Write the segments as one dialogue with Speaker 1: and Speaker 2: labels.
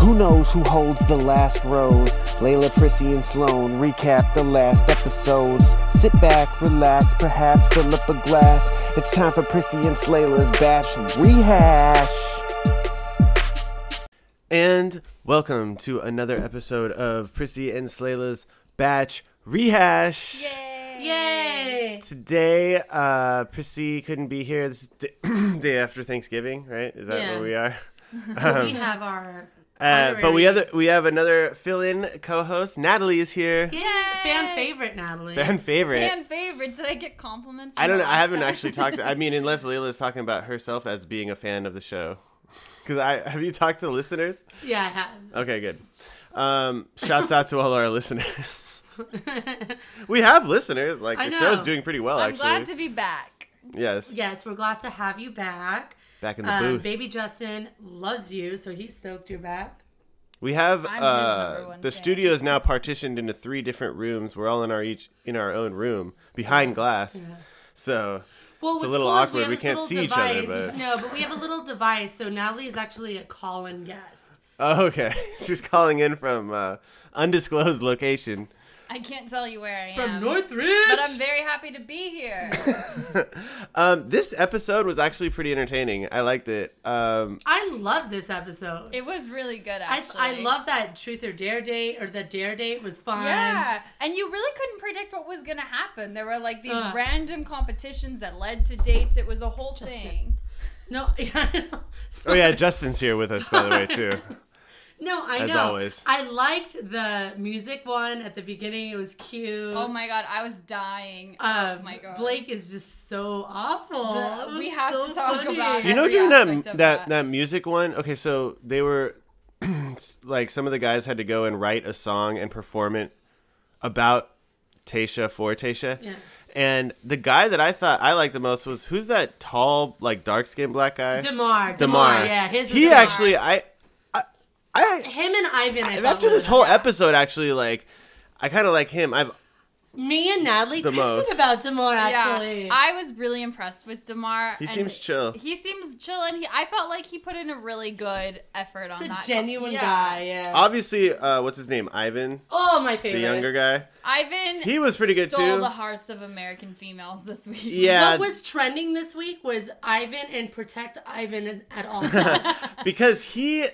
Speaker 1: Who knows who holds the last rose? Layla, Prissy, and Sloan recap the last episodes. Sit back, relax, perhaps fill up a glass. It's time for Prissy and Slayla's Bash Rehash.
Speaker 2: And welcome to another episode of Prissy and Slayla's Batch Rehash.
Speaker 3: Yay!
Speaker 2: Today, uh, Prissy couldn't be here. This is d- day after Thanksgiving, right? Is that
Speaker 3: Yeah.
Speaker 2: where we are?
Speaker 3: we have our
Speaker 2: Uh, but we
Speaker 3: Honorary.
Speaker 2: other we have another fill-in co-host. Natalie is here.
Speaker 3: fan favorite Natalie.
Speaker 2: Fan favorite.
Speaker 4: Fan favorite. Did I get compliments?
Speaker 2: I don't know. I haven't
Speaker 4: Last
Speaker 2: actually
Speaker 4: time?
Speaker 2: talked. To, I mean, unless Layla's talking about herself as being a fan of the show. Because I have you talked to listeners?
Speaker 3: yeah, I
Speaker 2: Okay, good. Um, shouts out to all our listeners.
Speaker 3: have.
Speaker 2: We have listeners. Like
Speaker 3: I
Speaker 2: the
Speaker 3: know.
Speaker 2: show's doing pretty well,
Speaker 4: I'm
Speaker 2: actually.
Speaker 4: glad to be back.
Speaker 2: Yes.
Speaker 3: yes, we're glad to have you back.
Speaker 2: Back in the
Speaker 3: Um,
Speaker 2: booth.
Speaker 3: baby Justin loves you, so he's stoked you're back.
Speaker 2: We have
Speaker 4: I'm his number
Speaker 2: uh,
Speaker 4: one
Speaker 2: the
Speaker 4: fan.
Speaker 2: studio is now partitioned into three different rooms. We're all in our each in our own room behind glass. So
Speaker 3: Well,
Speaker 2: It's a
Speaker 3: what's
Speaker 2: little
Speaker 3: cool is
Speaker 2: awkward.
Speaker 3: have
Speaker 2: We
Speaker 3: this
Speaker 2: can't
Speaker 3: little
Speaker 2: see each other,
Speaker 3: device.
Speaker 2: but-
Speaker 3: no, but we have a little device. So Natalie is actually a call-in guest.
Speaker 2: oh, okay, she's calling in from uh, undisclosed location.
Speaker 4: I can't tell you where I
Speaker 3: From
Speaker 4: am.
Speaker 3: Northridge.
Speaker 4: but I'm very happy to be here.
Speaker 2: Um, this episode was actually pretty entertaining. I liked it. Um,
Speaker 3: I love this episode.
Speaker 4: it was really good,
Speaker 3: I,
Speaker 4: actually.
Speaker 3: I love that truth or dare date or the dare date was fun.
Speaker 4: Yeah, and you really couldn't predict what was gonna happen. There were like these
Speaker 3: Uh.
Speaker 4: random competitions that led to dates. It was a whole
Speaker 3: Justin.
Speaker 4: thing.
Speaker 3: No. Yeah,
Speaker 2: oh yeah, Justin's here with us by the way too.
Speaker 3: No, I
Speaker 2: as
Speaker 3: know.
Speaker 2: always.
Speaker 3: I liked the music one at the beginning. It was cute.
Speaker 4: Oh my god, I was dying.
Speaker 3: Um,
Speaker 4: oh my god,
Speaker 3: Blake is just so awful.
Speaker 4: The-
Speaker 3: It
Speaker 4: we
Speaker 3: was
Speaker 4: have
Speaker 3: so
Speaker 4: to talk
Speaker 3: funny.
Speaker 4: about
Speaker 2: You know,
Speaker 4: every
Speaker 2: during
Speaker 4: aspect
Speaker 2: that
Speaker 4: of
Speaker 2: that
Speaker 4: that.
Speaker 2: that music one. Okay, so they were like some of the guys had to go and write a song and perform it about Tasha for Tasha.
Speaker 3: Yeah.
Speaker 2: And the guy that I thought I liked the most was who's that tall, like dark skinned black guy?
Speaker 3: Demar, Demar,
Speaker 2: Damar.
Speaker 3: yeah, his. was
Speaker 2: he
Speaker 3: Damar.
Speaker 2: actually, I, I, I
Speaker 3: him and Ivan. I thought
Speaker 2: after
Speaker 3: were-
Speaker 2: this whole episode, actually, like, I kind of like him. I've
Speaker 3: me and Natalie
Speaker 2: The
Speaker 3: texted
Speaker 2: most.
Speaker 3: about Demar actually.
Speaker 4: Yeah, I was really impressed with Demar.
Speaker 2: He
Speaker 4: and
Speaker 2: seems chill.
Speaker 4: He seems chill, and he I felt like he put in a really good effort on
Speaker 3: He's a
Speaker 4: that.
Speaker 3: genuine
Speaker 4: Yeah.
Speaker 3: guy. Yeah.
Speaker 2: obviously, uh, what's his name, Ivan,
Speaker 3: oh, my favorite.
Speaker 2: the younger guy.
Speaker 4: Ivan.
Speaker 2: He was pretty good,
Speaker 4: stole
Speaker 2: too.
Speaker 4: the hearts of American females this week.
Speaker 2: Yeah,
Speaker 3: What was trending this week was Ivan and protect Ivan at all costs.
Speaker 2: because he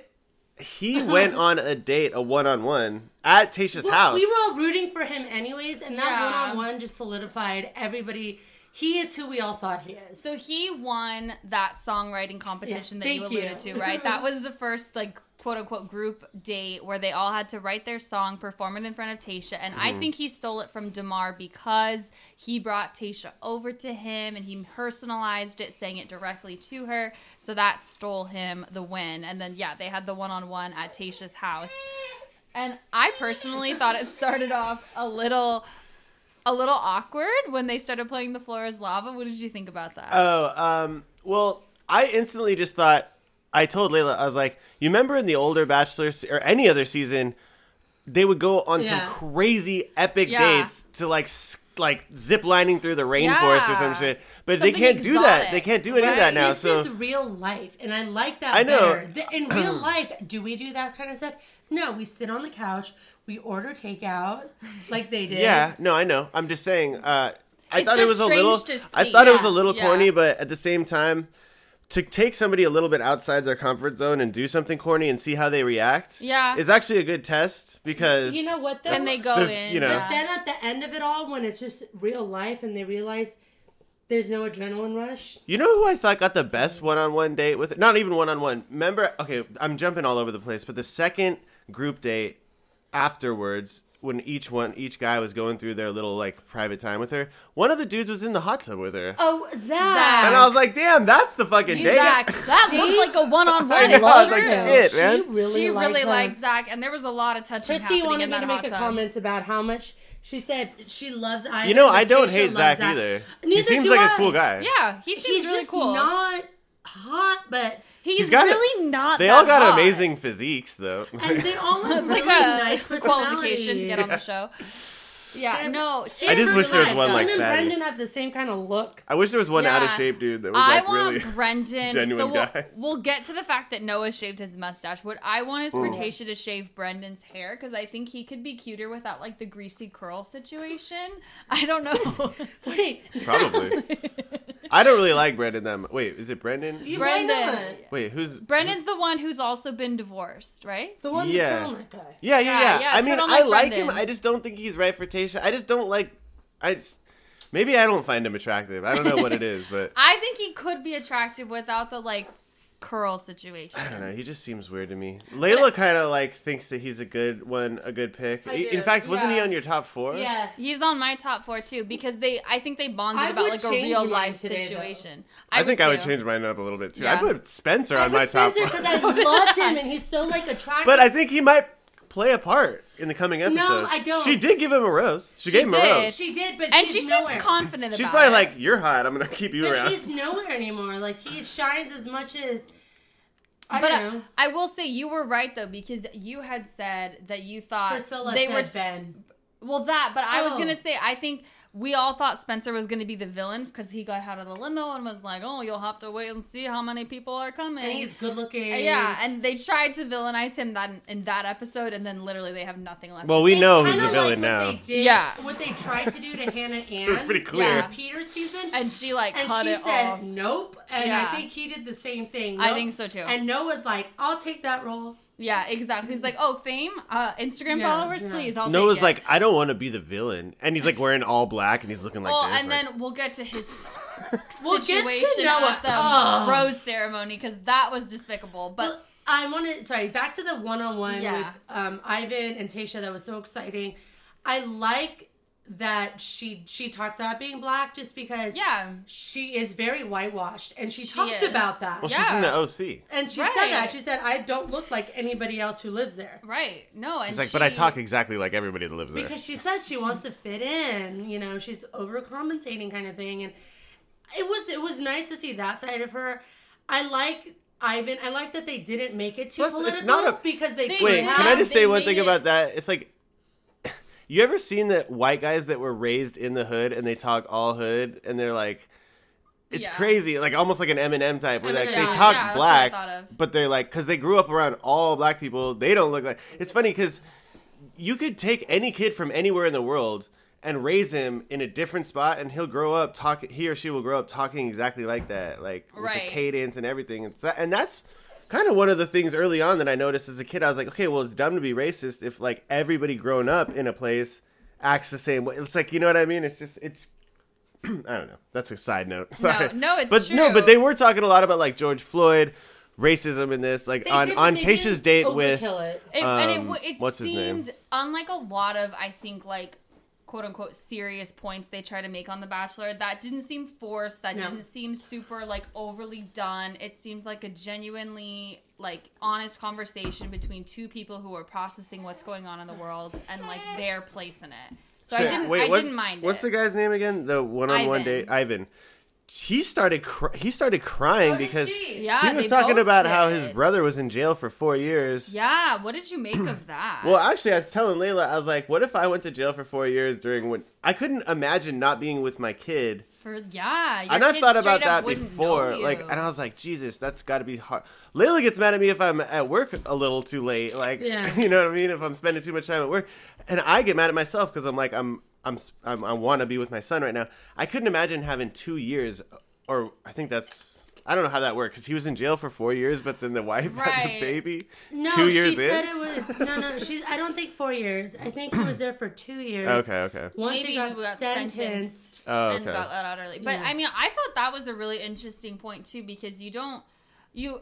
Speaker 2: he went on a date, a one on one at Tasha's
Speaker 3: Well,
Speaker 2: house.
Speaker 3: We were all rooting for him anyways, and that
Speaker 4: Yeah.
Speaker 3: one-on-one just solidified everybody. He is who we all thought he is.
Speaker 4: So he won that songwriting competition
Speaker 3: Yeah,
Speaker 4: that you
Speaker 3: thank you.
Speaker 4: alluded to, right? that was the first like quote unquote group date where they all had to write their song, perform it in front of Tasha, and I think he stole it from Demar because he brought Tasha over to him and he personalized it, sang it directly to her. So that stole him the win. And then yeah, they had the one on one at Tasha's house. And I personally thought it started off a little a little awkward when they started playing the floor is lava. What did you think about that?
Speaker 2: Oh, um, well, I instantly just thought. I told Layla, I was like, you remember in the older Bachelor se- or any other season, they would go on
Speaker 3: Yeah.
Speaker 2: some crazy epic
Speaker 4: Yeah.
Speaker 2: dates to like s- like zip lining through the rainforest or some
Speaker 4: Yeah.
Speaker 2: shit. But they
Speaker 4: Something
Speaker 2: can't do that.
Speaker 4: exotic,
Speaker 2: They can't do any of that now.
Speaker 3: this
Speaker 2: so
Speaker 3: is real life, and I like that
Speaker 2: I know.
Speaker 3: better. Th- In real life, do we do that kind of stuff? No, we sit on the couch, we order takeout like they did.
Speaker 2: Yeah, no, I know. I'm just saying. Uh, I
Speaker 4: It's
Speaker 2: thought it
Speaker 4: just
Speaker 2: was a
Speaker 4: strange
Speaker 2: little.
Speaker 4: to see.
Speaker 2: I thought it was a
Speaker 4: Yeah,
Speaker 2: little
Speaker 4: yeah.
Speaker 2: corny, but at the same time, to take somebody a little bit outside their comfort zone and do something corny and see how they react,
Speaker 4: Yeah.
Speaker 2: is actually a good test because
Speaker 3: You know what, though?
Speaker 4: Can they go
Speaker 2: there's-
Speaker 4: in?
Speaker 2: you know.
Speaker 3: But then at the end of it all, when it's just real life, and they realize there's no adrenaline rush.
Speaker 2: You know who I thought got the best one-on-one date with? Not even one-on-one. Remember? Okay, I'm jumping all over the place, but the second group date afterwards, when each one, each guy was going through their little like private time with her, one of the dudes was in the hot tub with her,
Speaker 3: Oh, Zach.
Speaker 2: and I was like, "Damn, that's the fucking date."
Speaker 4: Zach, that looked like a
Speaker 2: I
Speaker 4: one-on-one.
Speaker 2: know,
Speaker 4: It's
Speaker 2: I was
Speaker 4: true.
Speaker 2: like, shit,
Speaker 3: she
Speaker 2: man.
Speaker 3: really
Speaker 4: she
Speaker 3: liked
Speaker 4: really
Speaker 3: him.
Speaker 4: liked Zach, and there was a lot of touching
Speaker 3: Christy
Speaker 4: happening
Speaker 3: wanted me
Speaker 4: in that
Speaker 3: to
Speaker 4: hot
Speaker 3: make a
Speaker 4: tub.
Speaker 3: comment about how much she said she loves Ivan.
Speaker 2: You know,
Speaker 3: but
Speaker 2: I don't
Speaker 3: Tayshia
Speaker 2: hate
Speaker 3: loves
Speaker 2: Zach either. he
Speaker 3: Neither
Speaker 2: seems
Speaker 3: do
Speaker 2: like a
Speaker 3: I.
Speaker 2: cool guy.
Speaker 4: Yeah, he seems
Speaker 3: He's
Speaker 4: really
Speaker 3: just
Speaker 4: cool.
Speaker 3: not hot, but
Speaker 4: he's
Speaker 2: got a-
Speaker 4: really not.
Speaker 2: They all
Speaker 4: that
Speaker 2: got
Speaker 4: hot.
Speaker 2: amazing physiques, though.
Speaker 3: and they all have
Speaker 4: It's
Speaker 3: really
Speaker 4: like a
Speaker 3: nice
Speaker 4: qualification to get on the
Speaker 3: personalities.
Speaker 4: show. Yeah,
Speaker 3: They're-
Speaker 4: no. She
Speaker 2: I just
Speaker 4: was
Speaker 2: wish there was
Speaker 4: alive,
Speaker 2: one
Speaker 4: though.
Speaker 3: Him
Speaker 2: like
Speaker 3: and
Speaker 2: Fatty.
Speaker 3: Brendan have the same kind of look.
Speaker 2: I wish there was one out of
Speaker 4: Yeah.
Speaker 2: shape dude that was
Speaker 4: I
Speaker 2: like
Speaker 4: want
Speaker 2: really.
Speaker 4: Brendan.
Speaker 2: genuine
Speaker 4: so we'll,
Speaker 2: guy.
Speaker 4: we'll get to the fact that Noah shaved his mustache. What I want is for Tasha to shave Brendan's hair because I think he could be cuter without like the greasy curl situation. I don't know.
Speaker 3: Wait,
Speaker 2: Probably. I don't really like Brendan that much. Wait, is it Brendan?
Speaker 3: you- Why
Speaker 4: Brendan.
Speaker 3: not?
Speaker 2: Wait, who's
Speaker 4: Brendan's the one who's also been divorced, right?
Speaker 3: the one
Speaker 2: Yeah.
Speaker 3: the turtleneck guy.
Speaker 2: Yeah, yeah,
Speaker 4: Yeah,
Speaker 2: yeah.
Speaker 4: yeah,
Speaker 2: I mean,
Speaker 4: turtleneck
Speaker 2: I like
Speaker 4: Brendan.
Speaker 2: him. I just don't think he's right for Tasha. I just don't like. I just, maybe I don't find him attractive. I don't know what it is, but
Speaker 4: I think he could be attractive without the like curl situation.
Speaker 2: I don't know. He just seems weird to me. Layla kind of like thinks that he's a good one, a good pick.
Speaker 3: I
Speaker 2: I- In
Speaker 3: do,
Speaker 2: fact, wasn't he
Speaker 4: yeah.
Speaker 2: on your top four?
Speaker 3: Yeah.
Speaker 4: He's on my top four too because they I think they bonded
Speaker 3: I
Speaker 4: about
Speaker 3: would
Speaker 4: like a
Speaker 3: change
Speaker 4: real
Speaker 3: mine
Speaker 4: life
Speaker 3: today, though.
Speaker 4: situation.
Speaker 2: I, think I would
Speaker 4: too.
Speaker 2: change mine up a little bit too. I
Speaker 4: Yeah.
Speaker 2: put Spencer
Speaker 3: I
Speaker 2: on my
Speaker 3: put Spencer
Speaker 2: top
Speaker 3: because
Speaker 2: four,
Speaker 4: one.
Speaker 3: I loved him and he's so like attractive.
Speaker 2: but I think he might play a part in the coming episode.
Speaker 3: I don't.
Speaker 2: She did give him a rose. She,
Speaker 4: She
Speaker 2: gave him a
Speaker 4: did.
Speaker 2: rose.
Speaker 3: she did, but she's
Speaker 4: And she seems
Speaker 3: nowhere.
Speaker 4: confident
Speaker 2: She's
Speaker 4: about
Speaker 2: probably
Speaker 4: it.
Speaker 2: like, "You're hot. I'm gonna keep you
Speaker 3: But
Speaker 2: around."
Speaker 3: he's nowhere anymore. Like he shines as much as I
Speaker 4: But
Speaker 3: don't
Speaker 4: uh,
Speaker 3: know.
Speaker 4: I will say you were right though because you had said that you thought
Speaker 3: Priscilla
Speaker 4: Uh, they
Speaker 3: said
Speaker 4: were
Speaker 3: Ben.
Speaker 4: well that, but I was
Speaker 3: Oh.
Speaker 4: gonna say I think we all thought Spencer was gonna be the villain because he got out of the limo and was like, "Oh, you'll have to wait and see how many people are coming." Uh,
Speaker 3: And he's good looking.
Speaker 4: yeah, and they tried to villainize him that in that episode, and then literally they have nothing left.
Speaker 2: well, we
Speaker 3: It's
Speaker 2: know who's
Speaker 3: kinda
Speaker 2: the villain
Speaker 3: like
Speaker 2: now.
Speaker 3: What they did,
Speaker 4: Yeah.
Speaker 3: What they tried to do to Hannah Ann.
Speaker 2: It was pretty clear.
Speaker 4: Yeah.
Speaker 3: Peter's season.
Speaker 4: and she like
Speaker 3: And
Speaker 4: cut
Speaker 3: she
Speaker 4: it
Speaker 3: said
Speaker 4: off.
Speaker 3: nope. And
Speaker 4: Yeah.
Speaker 3: I think he did the same thing.
Speaker 4: I
Speaker 3: Nope.
Speaker 4: think so, too.
Speaker 3: And Noah's like, I'll take that role.
Speaker 4: Yeah, exactly. He's like, "Oh, fame, uh, Instagram
Speaker 3: Yeah,
Speaker 4: followers,
Speaker 3: yeah.
Speaker 4: please." I'll
Speaker 2: Noah's
Speaker 4: take it.
Speaker 2: like, I don't want to be the villain, and he's like wearing all black, and he's looking like
Speaker 4: Well,
Speaker 2: this.
Speaker 4: and
Speaker 2: like-
Speaker 4: then we'll get to his
Speaker 3: We'll get to
Speaker 4: situation
Speaker 3: Noah.
Speaker 4: at the
Speaker 3: Ugh.
Speaker 4: rose ceremony because that was despicable. But
Speaker 3: Well, I wanted sorry back to the one on one with
Speaker 4: Yeah.
Speaker 3: um, Ivan and Tasha. That was so exciting. I like that she she talked about being black just because
Speaker 4: yeah,
Speaker 3: she is very whitewashed and she,
Speaker 4: She
Speaker 3: talked
Speaker 4: is.
Speaker 3: about that.
Speaker 2: well,
Speaker 4: yeah.
Speaker 2: she's in the OC.
Speaker 3: and she
Speaker 4: Right.
Speaker 3: said that she said I don't look like anybody else who lives there
Speaker 4: right. No, and
Speaker 2: She's like,
Speaker 4: she,
Speaker 2: but I talk exactly like everybody that lives there.
Speaker 3: because she said she wants to fit in. You know, she's overcompensating kind of thing, and it was it was nice to see that side of her. I like. Ivan, I like that they didn't make it too
Speaker 2: Plus, it's
Speaker 3: political
Speaker 2: not a-
Speaker 3: because they,
Speaker 4: They
Speaker 3: could
Speaker 2: Wait,
Speaker 4: Yeah,
Speaker 2: can I
Speaker 3: have.
Speaker 2: just say
Speaker 4: they
Speaker 2: one thing
Speaker 4: made it-
Speaker 2: about that? It's like, you ever seen the white guys that were raised in the hood and they talk all hood and they're like, it's
Speaker 4: Yeah.
Speaker 2: crazy, like almost like an Eminem type, where like
Speaker 3: Eminem,
Speaker 2: they
Speaker 3: yeah,
Speaker 2: talk
Speaker 4: that's what I thought
Speaker 2: black,
Speaker 4: of.
Speaker 2: but they're like, because they grew up around all black people, they don't look like. It's funny because you could take any kid from anywhere in the world and raise him in a different spot and he'll grow up talk he or she will grow up talking exactly like that like with
Speaker 4: Right.
Speaker 2: the cadence and everything and, so, and that's kind of one of the things early on that i noticed as a kid i was like okay well it's dumb to be racist if like everybody grown up in a place acts the same way it's like you know what i mean it's just it's I don't know. That's a side note. Sorry.
Speaker 4: no, it's
Speaker 2: but no,
Speaker 4: true.
Speaker 2: but they were talking a lot about like George Floyd, racism in this, like
Speaker 3: They
Speaker 2: on
Speaker 3: did, but
Speaker 2: on
Speaker 3: they
Speaker 2: Tasha's
Speaker 3: didn't
Speaker 2: date with
Speaker 3: overkill it.
Speaker 4: It, and it, w-
Speaker 2: um,
Speaker 4: it
Speaker 2: what's his name?
Speaker 4: seemed unlike a lot of I think like quote unquote serious points they try to make on The Bachelor. That didn't seem forced. That
Speaker 3: No.
Speaker 4: didn't seem super like overly done. It seemed like a genuinely like honest conversation between two people who are processing what's going on in the world and like their place in it. So, I
Speaker 2: So-
Speaker 4: didn't. I
Speaker 2: what's,
Speaker 4: didn't mind.
Speaker 2: What's
Speaker 4: it.
Speaker 2: the guy's name again? The one-on-one
Speaker 4: Ivan.
Speaker 2: date, Ivan. He started. Cr- he started crying
Speaker 3: Oh, did
Speaker 2: because
Speaker 3: she?
Speaker 4: Yeah,
Speaker 2: he was
Speaker 4: they
Speaker 2: talking
Speaker 4: both
Speaker 2: about how his
Speaker 4: did.
Speaker 2: brother was in jail for four years.
Speaker 4: Yeah, what did you make of that?
Speaker 2: Well, actually, I was telling Layla, I was like, "What if I went to jail for four years during when I couldn't imagine not being with my kid?"
Speaker 4: For, yeah, your
Speaker 2: and I
Speaker 4: kids
Speaker 2: thought about
Speaker 4: straight up
Speaker 2: that
Speaker 4: wouldn't
Speaker 2: before,
Speaker 4: know
Speaker 2: like,
Speaker 4: you.
Speaker 2: and I was like, "Jesus, that's got to be hard." Layla gets mad at me if I'm at work a little too late, like,
Speaker 3: Yeah.
Speaker 2: you know what I mean? If I'm spending too much time at work, and I get mad at myself because I'm like, I'm, I'm, s- I'm I want to be with my son right now. I couldn't imagine having two years, or I think that's. I don't know how that works because he was in jail for four years, but then the wife had the
Speaker 4: Right.
Speaker 2: baby
Speaker 3: No,
Speaker 2: two years
Speaker 3: she
Speaker 2: in.
Speaker 3: said it was no, no. She's. I don't think four years. I think he was there for two years.
Speaker 2: okay, okay.
Speaker 3: Once
Speaker 4: Maybe
Speaker 3: he got, sentenced,
Speaker 2: Oh,
Speaker 4: and
Speaker 2: okay.
Speaker 4: got let out early. But
Speaker 3: Yeah.
Speaker 4: I mean, I thought that was a really interesting point too because you don't you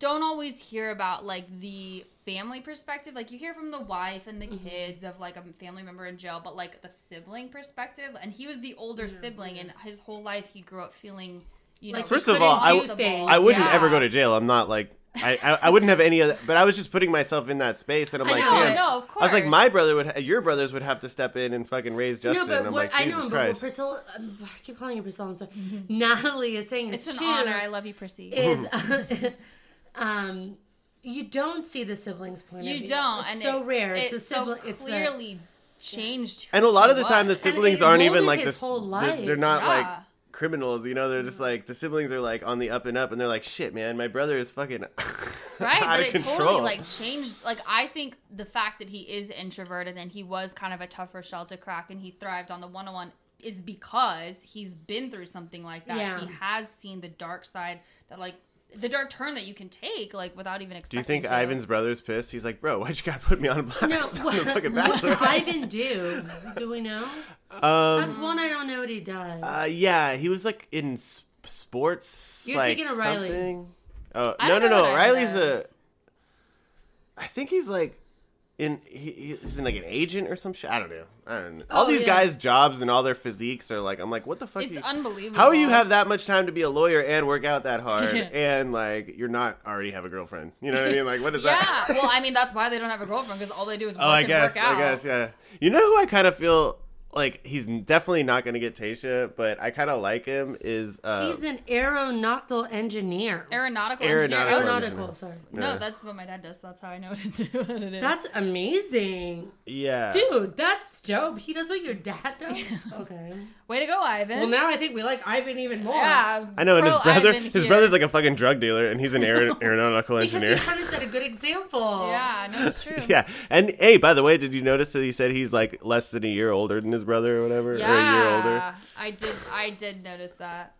Speaker 4: don't always hear about like the family perspective. Like you hear from the wife and the
Speaker 2: Mm-hmm.
Speaker 4: kids of like a family member in jail, but like the sibling perspective. And he was the older sibling, and his whole life he grew up feeling. You
Speaker 3: Like
Speaker 4: know,
Speaker 3: he First
Speaker 2: of all, I
Speaker 3: w- things.
Speaker 2: I wouldn't
Speaker 4: Yeah.
Speaker 2: ever go to jail. I'm not like I, I, I wouldn't have any other. But I was just putting myself in that space, and I'm
Speaker 3: I
Speaker 2: like,
Speaker 3: know, I
Speaker 2: damn.
Speaker 4: know, of
Speaker 2: I was like,
Speaker 4: course.
Speaker 2: my brother would, ha- your brothers would have to step in and fucking raise Justin.
Speaker 3: No, but
Speaker 2: I'm
Speaker 3: what
Speaker 2: like,
Speaker 3: I
Speaker 2: Jesus
Speaker 3: know, but what
Speaker 2: Christ.
Speaker 3: Priscilla, um, I keep calling you Priscilla. I'm sorry. Natalie is saying
Speaker 4: Mm-hmm. It's an
Speaker 3: true,
Speaker 4: honor. I love you, Prissy.
Speaker 3: Is um, you don't see the siblings' point of
Speaker 4: you
Speaker 3: view.
Speaker 4: don't.
Speaker 3: It's
Speaker 4: and
Speaker 3: so
Speaker 4: it-
Speaker 3: rare. It's, a
Speaker 4: so
Speaker 3: sibling. it's the-
Speaker 4: clearly changed. who
Speaker 2: And a lot
Speaker 4: he
Speaker 2: of the time, the
Speaker 4: was.
Speaker 3: And it
Speaker 2: siblings aren't even
Speaker 3: molded
Speaker 2: like
Speaker 3: his
Speaker 2: the,
Speaker 3: whole
Speaker 2: the-
Speaker 3: life.
Speaker 2: They're not
Speaker 4: Yeah.
Speaker 2: like criminals, you know. They're just like the siblings are like on the up and up, and they're like, "Shit, man, my brother is fucking
Speaker 4: right
Speaker 2: out
Speaker 4: but
Speaker 2: of
Speaker 4: it
Speaker 2: control."
Speaker 4: totally like changed like i think the fact that he is introverted and he was kind of a tougher shell to crack and he thrived on the one-on-one is because he's been through something like that
Speaker 3: Yeah.
Speaker 4: he has seen the dark side that like the dark turn that you can take like without even
Speaker 2: Do
Speaker 4: expecting
Speaker 2: you think
Speaker 4: to.
Speaker 2: Ivan's brother's pissed? He's like, "Bro, why'd you gotta put me on
Speaker 3: No,
Speaker 2: blast?" on
Speaker 3: what,
Speaker 2: the fucking
Speaker 3: what
Speaker 2: bachelor.
Speaker 3: does Ivan do? Do we know?
Speaker 2: Um,
Speaker 3: That's one I don't know what he does.
Speaker 2: Uh, yeah, he was like in s- sports.
Speaker 3: You're
Speaker 2: like,
Speaker 3: thinking of Riley.
Speaker 2: Something. Oh
Speaker 4: I
Speaker 2: no
Speaker 4: don't
Speaker 2: no
Speaker 4: know
Speaker 2: no!
Speaker 4: what
Speaker 2: Riley's
Speaker 4: Ivan
Speaker 2: a.
Speaker 4: does.
Speaker 2: I think he's like, in he, he- he's in like an agent or some shit. I don't know. I don't know. All
Speaker 3: Oh,
Speaker 2: these
Speaker 3: yeah.
Speaker 2: guys' jobs and all their physiques are like. I'm like, what the fuck?
Speaker 4: it's
Speaker 2: you-
Speaker 4: unbelievable
Speaker 2: How you have that much time to be a lawyer and work out that hard
Speaker 4: Yeah.
Speaker 2: and like you're not already have a girlfriend? You know what I mean? Like, what is
Speaker 4: yeah
Speaker 2: that?
Speaker 4: well i mean that's why they don't have a girlfriend because all they do is work
Speaker 2: Oh, I
Speaker 4: and
Speaker 2: guess.
Speaker 4: work out
Speaker 2: I guess. Yeah. You know who I kind of feel like he's definitely not going to get Tasha, but I kind of like him is uh,
Speaker 3: He's an aeronautical engineer.
Speaker 4: aeronautical
Speaker 2: Aeronautical
Speaker 4: engineer.
Speaker 2: engineer.
Speaker 3: Aeronautical, sorry.
Speaker 4: no
Speaker 2: Yeah.
Speaker 4: that's what my dad does so that's how i know what it is, what it is.
Speaker 3: That's amazing.
Speaker 2: yeah.
Speaker 3: Dude, that's dope. He does what your dad does? Okay.
Speaker 4: way to go ivan
Speaker 3: Well, now I think we like Ivan even more.
Speaker 4: yeah
Speaker 2: I know, and his
Speaker 4: pro
Speaker 2: brother,
Speaker 4: Ivan
Speaker 2: his
Speaker 4: here.
Speaker 2: brother's like a fucking drug dealer, and he's an aer- aeronautical
Speaker 3: Because
Speaker 2: engineer.
Speaker 3: he kind of set a good example.
Speaker 4: Yeah, no, it's true.
Speaker 2: yeah, and hey, by the way, did you notice that he said he's like less than a year older than his brother, or whatever, or a year older?
Speaker 4: Yeah, I did. I did notice that.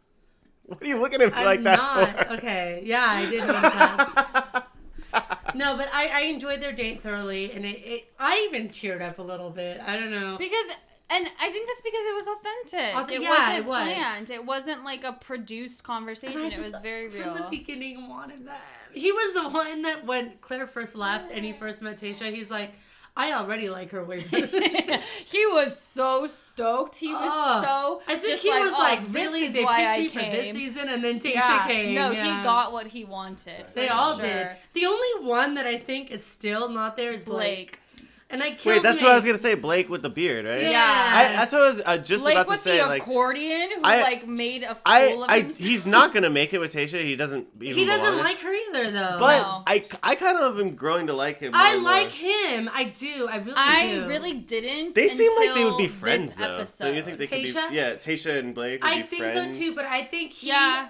Speaker 2: What are you looking at me
Speaker 3: I'm
Speaker 2: like that
Speaker 3: not.
Speaker 2: for?
Speaker 3: Okay. Yeah, I did notice that. no, but I, I enjoyed their date thoroughly, and it, it I even teared up a little bit. I don't know.
Speaker 4: Because, and I think that's because it was authentic.
Speaker 3: Auth-
Speaker 4: it
Speaker 3: yeah,
Speaker 4: wasn't
Speaker 3: it was.
Speaker 4: planned. It wasn't like a produced conversation.
Speaker 3: I
Speaker 4: It was
Speaker 3: just,
Speaker 4: very real.
Speaker 3: From the beginning, wanted that. He was the one that when Claire first left and he first met Tasha, he's like, I already like her way. better."
Speaker 4: he was so stoked. He was
Speaker 3: Oh,
Speaker 4: so.
Speaker 3: I think
Speaker 4: just
Speaker 3: he was
Speaker 4: "Oh,
Speaker 3: like,
Speaker 4: this
Speaker 3: really?
Speaker 4: is
Speaker 3: They
Speaker 4: why
Speaker 3: picked
Speaker 4: I
Speaker 3: me
Speaker 4: came.
Speaker 3: for this season, and then Tasha
Speaker 4: yeah.
Speaker 3: came.
Speaker 4: No,
Speaker 3: yeah.
Speaker 4: he got what he wanted.
Speaker 3: They
Speaker 4: for
Speaker 3: all
Speaker 4: sure.
Speaker 3: did. The only one that I think is still not there is Blake.
Speaker 4: Blake.
Speaker 3: And I killed
Speaker 2: Wait, that's what I was gonna say. Blake with the beard, right?
Speaker 3: Yeah.
Speaker 2: I, that's what I was uh, just
Speaker 4: Blake
Speaker 2: about to
Speaker 4: with
Speaker 2: say.
Speaker 4: the
Speaker 2: Like,
Speaker 4: accordion who
Speaker 2: I-
Speaker 4: like made a fool
Speaker 2: I,
Speaker 4: of
Speaker 2: I,
Speaker 4: himself.
Speaker 2: he's not gonna make it with Tasha. He doesn't. Even
Speaker 3: He doesn't
Speaker 2: belong.
Speaker 3: like her either, though.
Speaker 2: But
Speaker 4: No.
Speaker 2: I, I kind of am growing to like him. more
Speaker 3: I
Speaker 2: and more.
Speaker 3: like him. I do. I really
Speaker 4: I
Speaker 3: do.
Speaker 4: really didn't.
Speaker 2: They seem like they
Speaker 4: until
Speaker 2: would be
Speaker 4: this
Speaker 2: friends though. Don't you think they could
Speaker 3: Tayshia?
Speaker 2: be? Yeah, Tasha and Blake. Would
Speaker 3: I
Speaker 2: be
Speaker 3: think
Speaker 2: friends.
Speaker 3: so too. But I think he,
Speaker 4: yeah,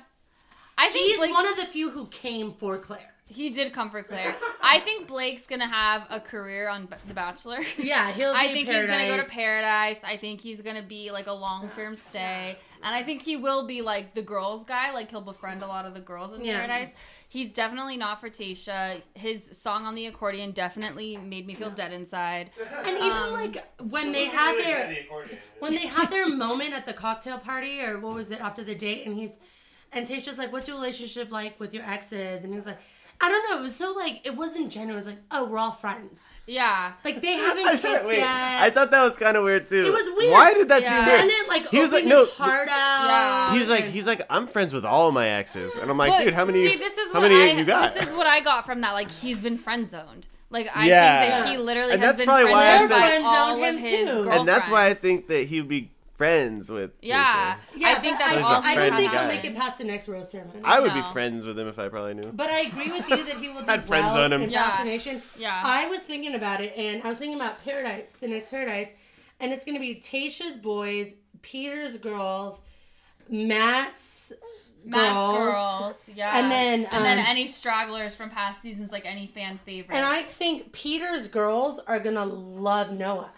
Speaker 4: I think
Speaker 3: he's
Speaker 4: Blake-
Speaker 3: one of the few who came for Claire.
Speaker 4: he did come for Claire. I think Blake's gonna have a career on B- The Bachelor.
Speaker 3: Yeah, he'll.
Speaker 4: I
Speaker 3: be
Speaker 4: think he's gonna go to paradise. I think he's gonna be like a long term stay, and I think he will be like the girls guy. Like he'll befriend a lot of the girls in
Speaker 3: Yeah.
Speaker 4: paradise. He's definitely not for Tasha. His song on the accordion definitely made me feel dead inside.
Speaker 3: And even
Speaker 4: Um,
Speaker 3: like when they had their when they had their moment at the cocktail party or what was it after the date, and he's and Tasha's like, "What's your relationship like with your exes?" And he's like, "I don't know." It was so like it wasn't genuine. It was like, "Oh, we're all friends."
Speaker 4: Yeah,
Speaker 3: Like they
Speaker 2: I
Speaker 3: haven't
Speaker 2: thought,
Speaker 3: kissed
Speaker 2: wait,
Speaker 3: yet.
Speaker 2: I thought that was kind of weird too.
Speaker 3: It was weird.
Speaker 2: Why did that
Speaker 4: Yeah.
Speaker 2: seem weird?
Speaker 3: And it like
Speaker 2: He was like,
Speaker 3: opened
Speaker 2: no,
Speaker 3: his heart out.
Speaker 4: Yeah.
Speaker 2: He's like, he's like, I'm friends with all my exes, and I'm like, dude, how many?
Speaker 4: See, this is
Speaker 2: how
Speaker 4: what
Speaker 2: many
Speaker 4: I,
Speaker 2: you got?
Speaker 4: This is what I got from that. Like he's been friend zoned. Like I
Speaker 2: Yeah.
Speaker 4: think that he literally
Speaker 2: And
Speaker 4: has
Speaker 2: that's
Speaker 4: been
Speaker 2: probably
Speaker 4: friend
Speaker 2: why I
Speaker 4: zoned by
Speaker 3: said-
Speaker 4: all
Speaker 3: Friend-zoned
Speaker 4: of
Speaker 3: him
Speaker 4: his
Speaker 3: too.
Speaker 4: girlfriends.
Speaker 2: and that's why I think that he'd be friends with.
Speaker 4: Yeah,
Speaker 2: Tayshia.
Speaker 3: Yeah,
Speaker 4: I
Speaker 3: but
Speaker 4: think that's
Speaker 2: He's a
Speaker 4: all.
Speaker 3: I, I
Speaker 2: friend
Speaker 3: don't think
Speaker 2: guy.
Speaker 3: he'll make it past the next rose ceremony.
Speaker 2: I would
Speaker 4: No.
Speaker 2: be friends with him if I probably knew.
Speaker 3: But I agree with you that he will do
Speaker 2: I'd friend
Speaker 3: well
Speaker 2: zone him.
Speaker 3: in
Speaker 4: Yeah.
Speaker 3: Bachelor Nation.
Speaker 4: Yeah.
Speaker 3: I was thinking about it, and I was thinking about Paradise, the next Paradise, and it's going to be Tasha's boys, Peter's girls, Matt's,
Speaker 4: Matt's
Speaker 3: girls.
Speaker 4: girls, yeah,
Speaker 3: And then,
Speaker 4: and then
Speaker 3: um,
Speaker 4: any stragglers from past seasons, like any fan favorite.
Speaker 3: and I think Peter's girls are going to love Noah.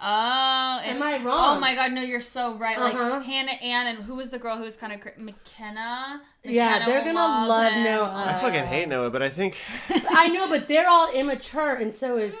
Speaker 4: oh,
Speaker 3: Am
Speaker 4: and-
Speaker 3: I wrong?
Speaker 4: Oh my god, no, you're so right.
Speaker 3: Uh-huh.
Speaker 4: Like Hannah Ann, and who was the girl who was kind of McKenna?
Speaker 3: Yeah,
Speaker 4: McKenna
Speaker 3: they're
Speaker 4: will
Speaker 3: gonna love
Speaker 4: him.
Speaker 3: Noah.
Speaker 2: I fucking hate Noah, but I think
Speaker 3: I know, but they're all immature, and so is.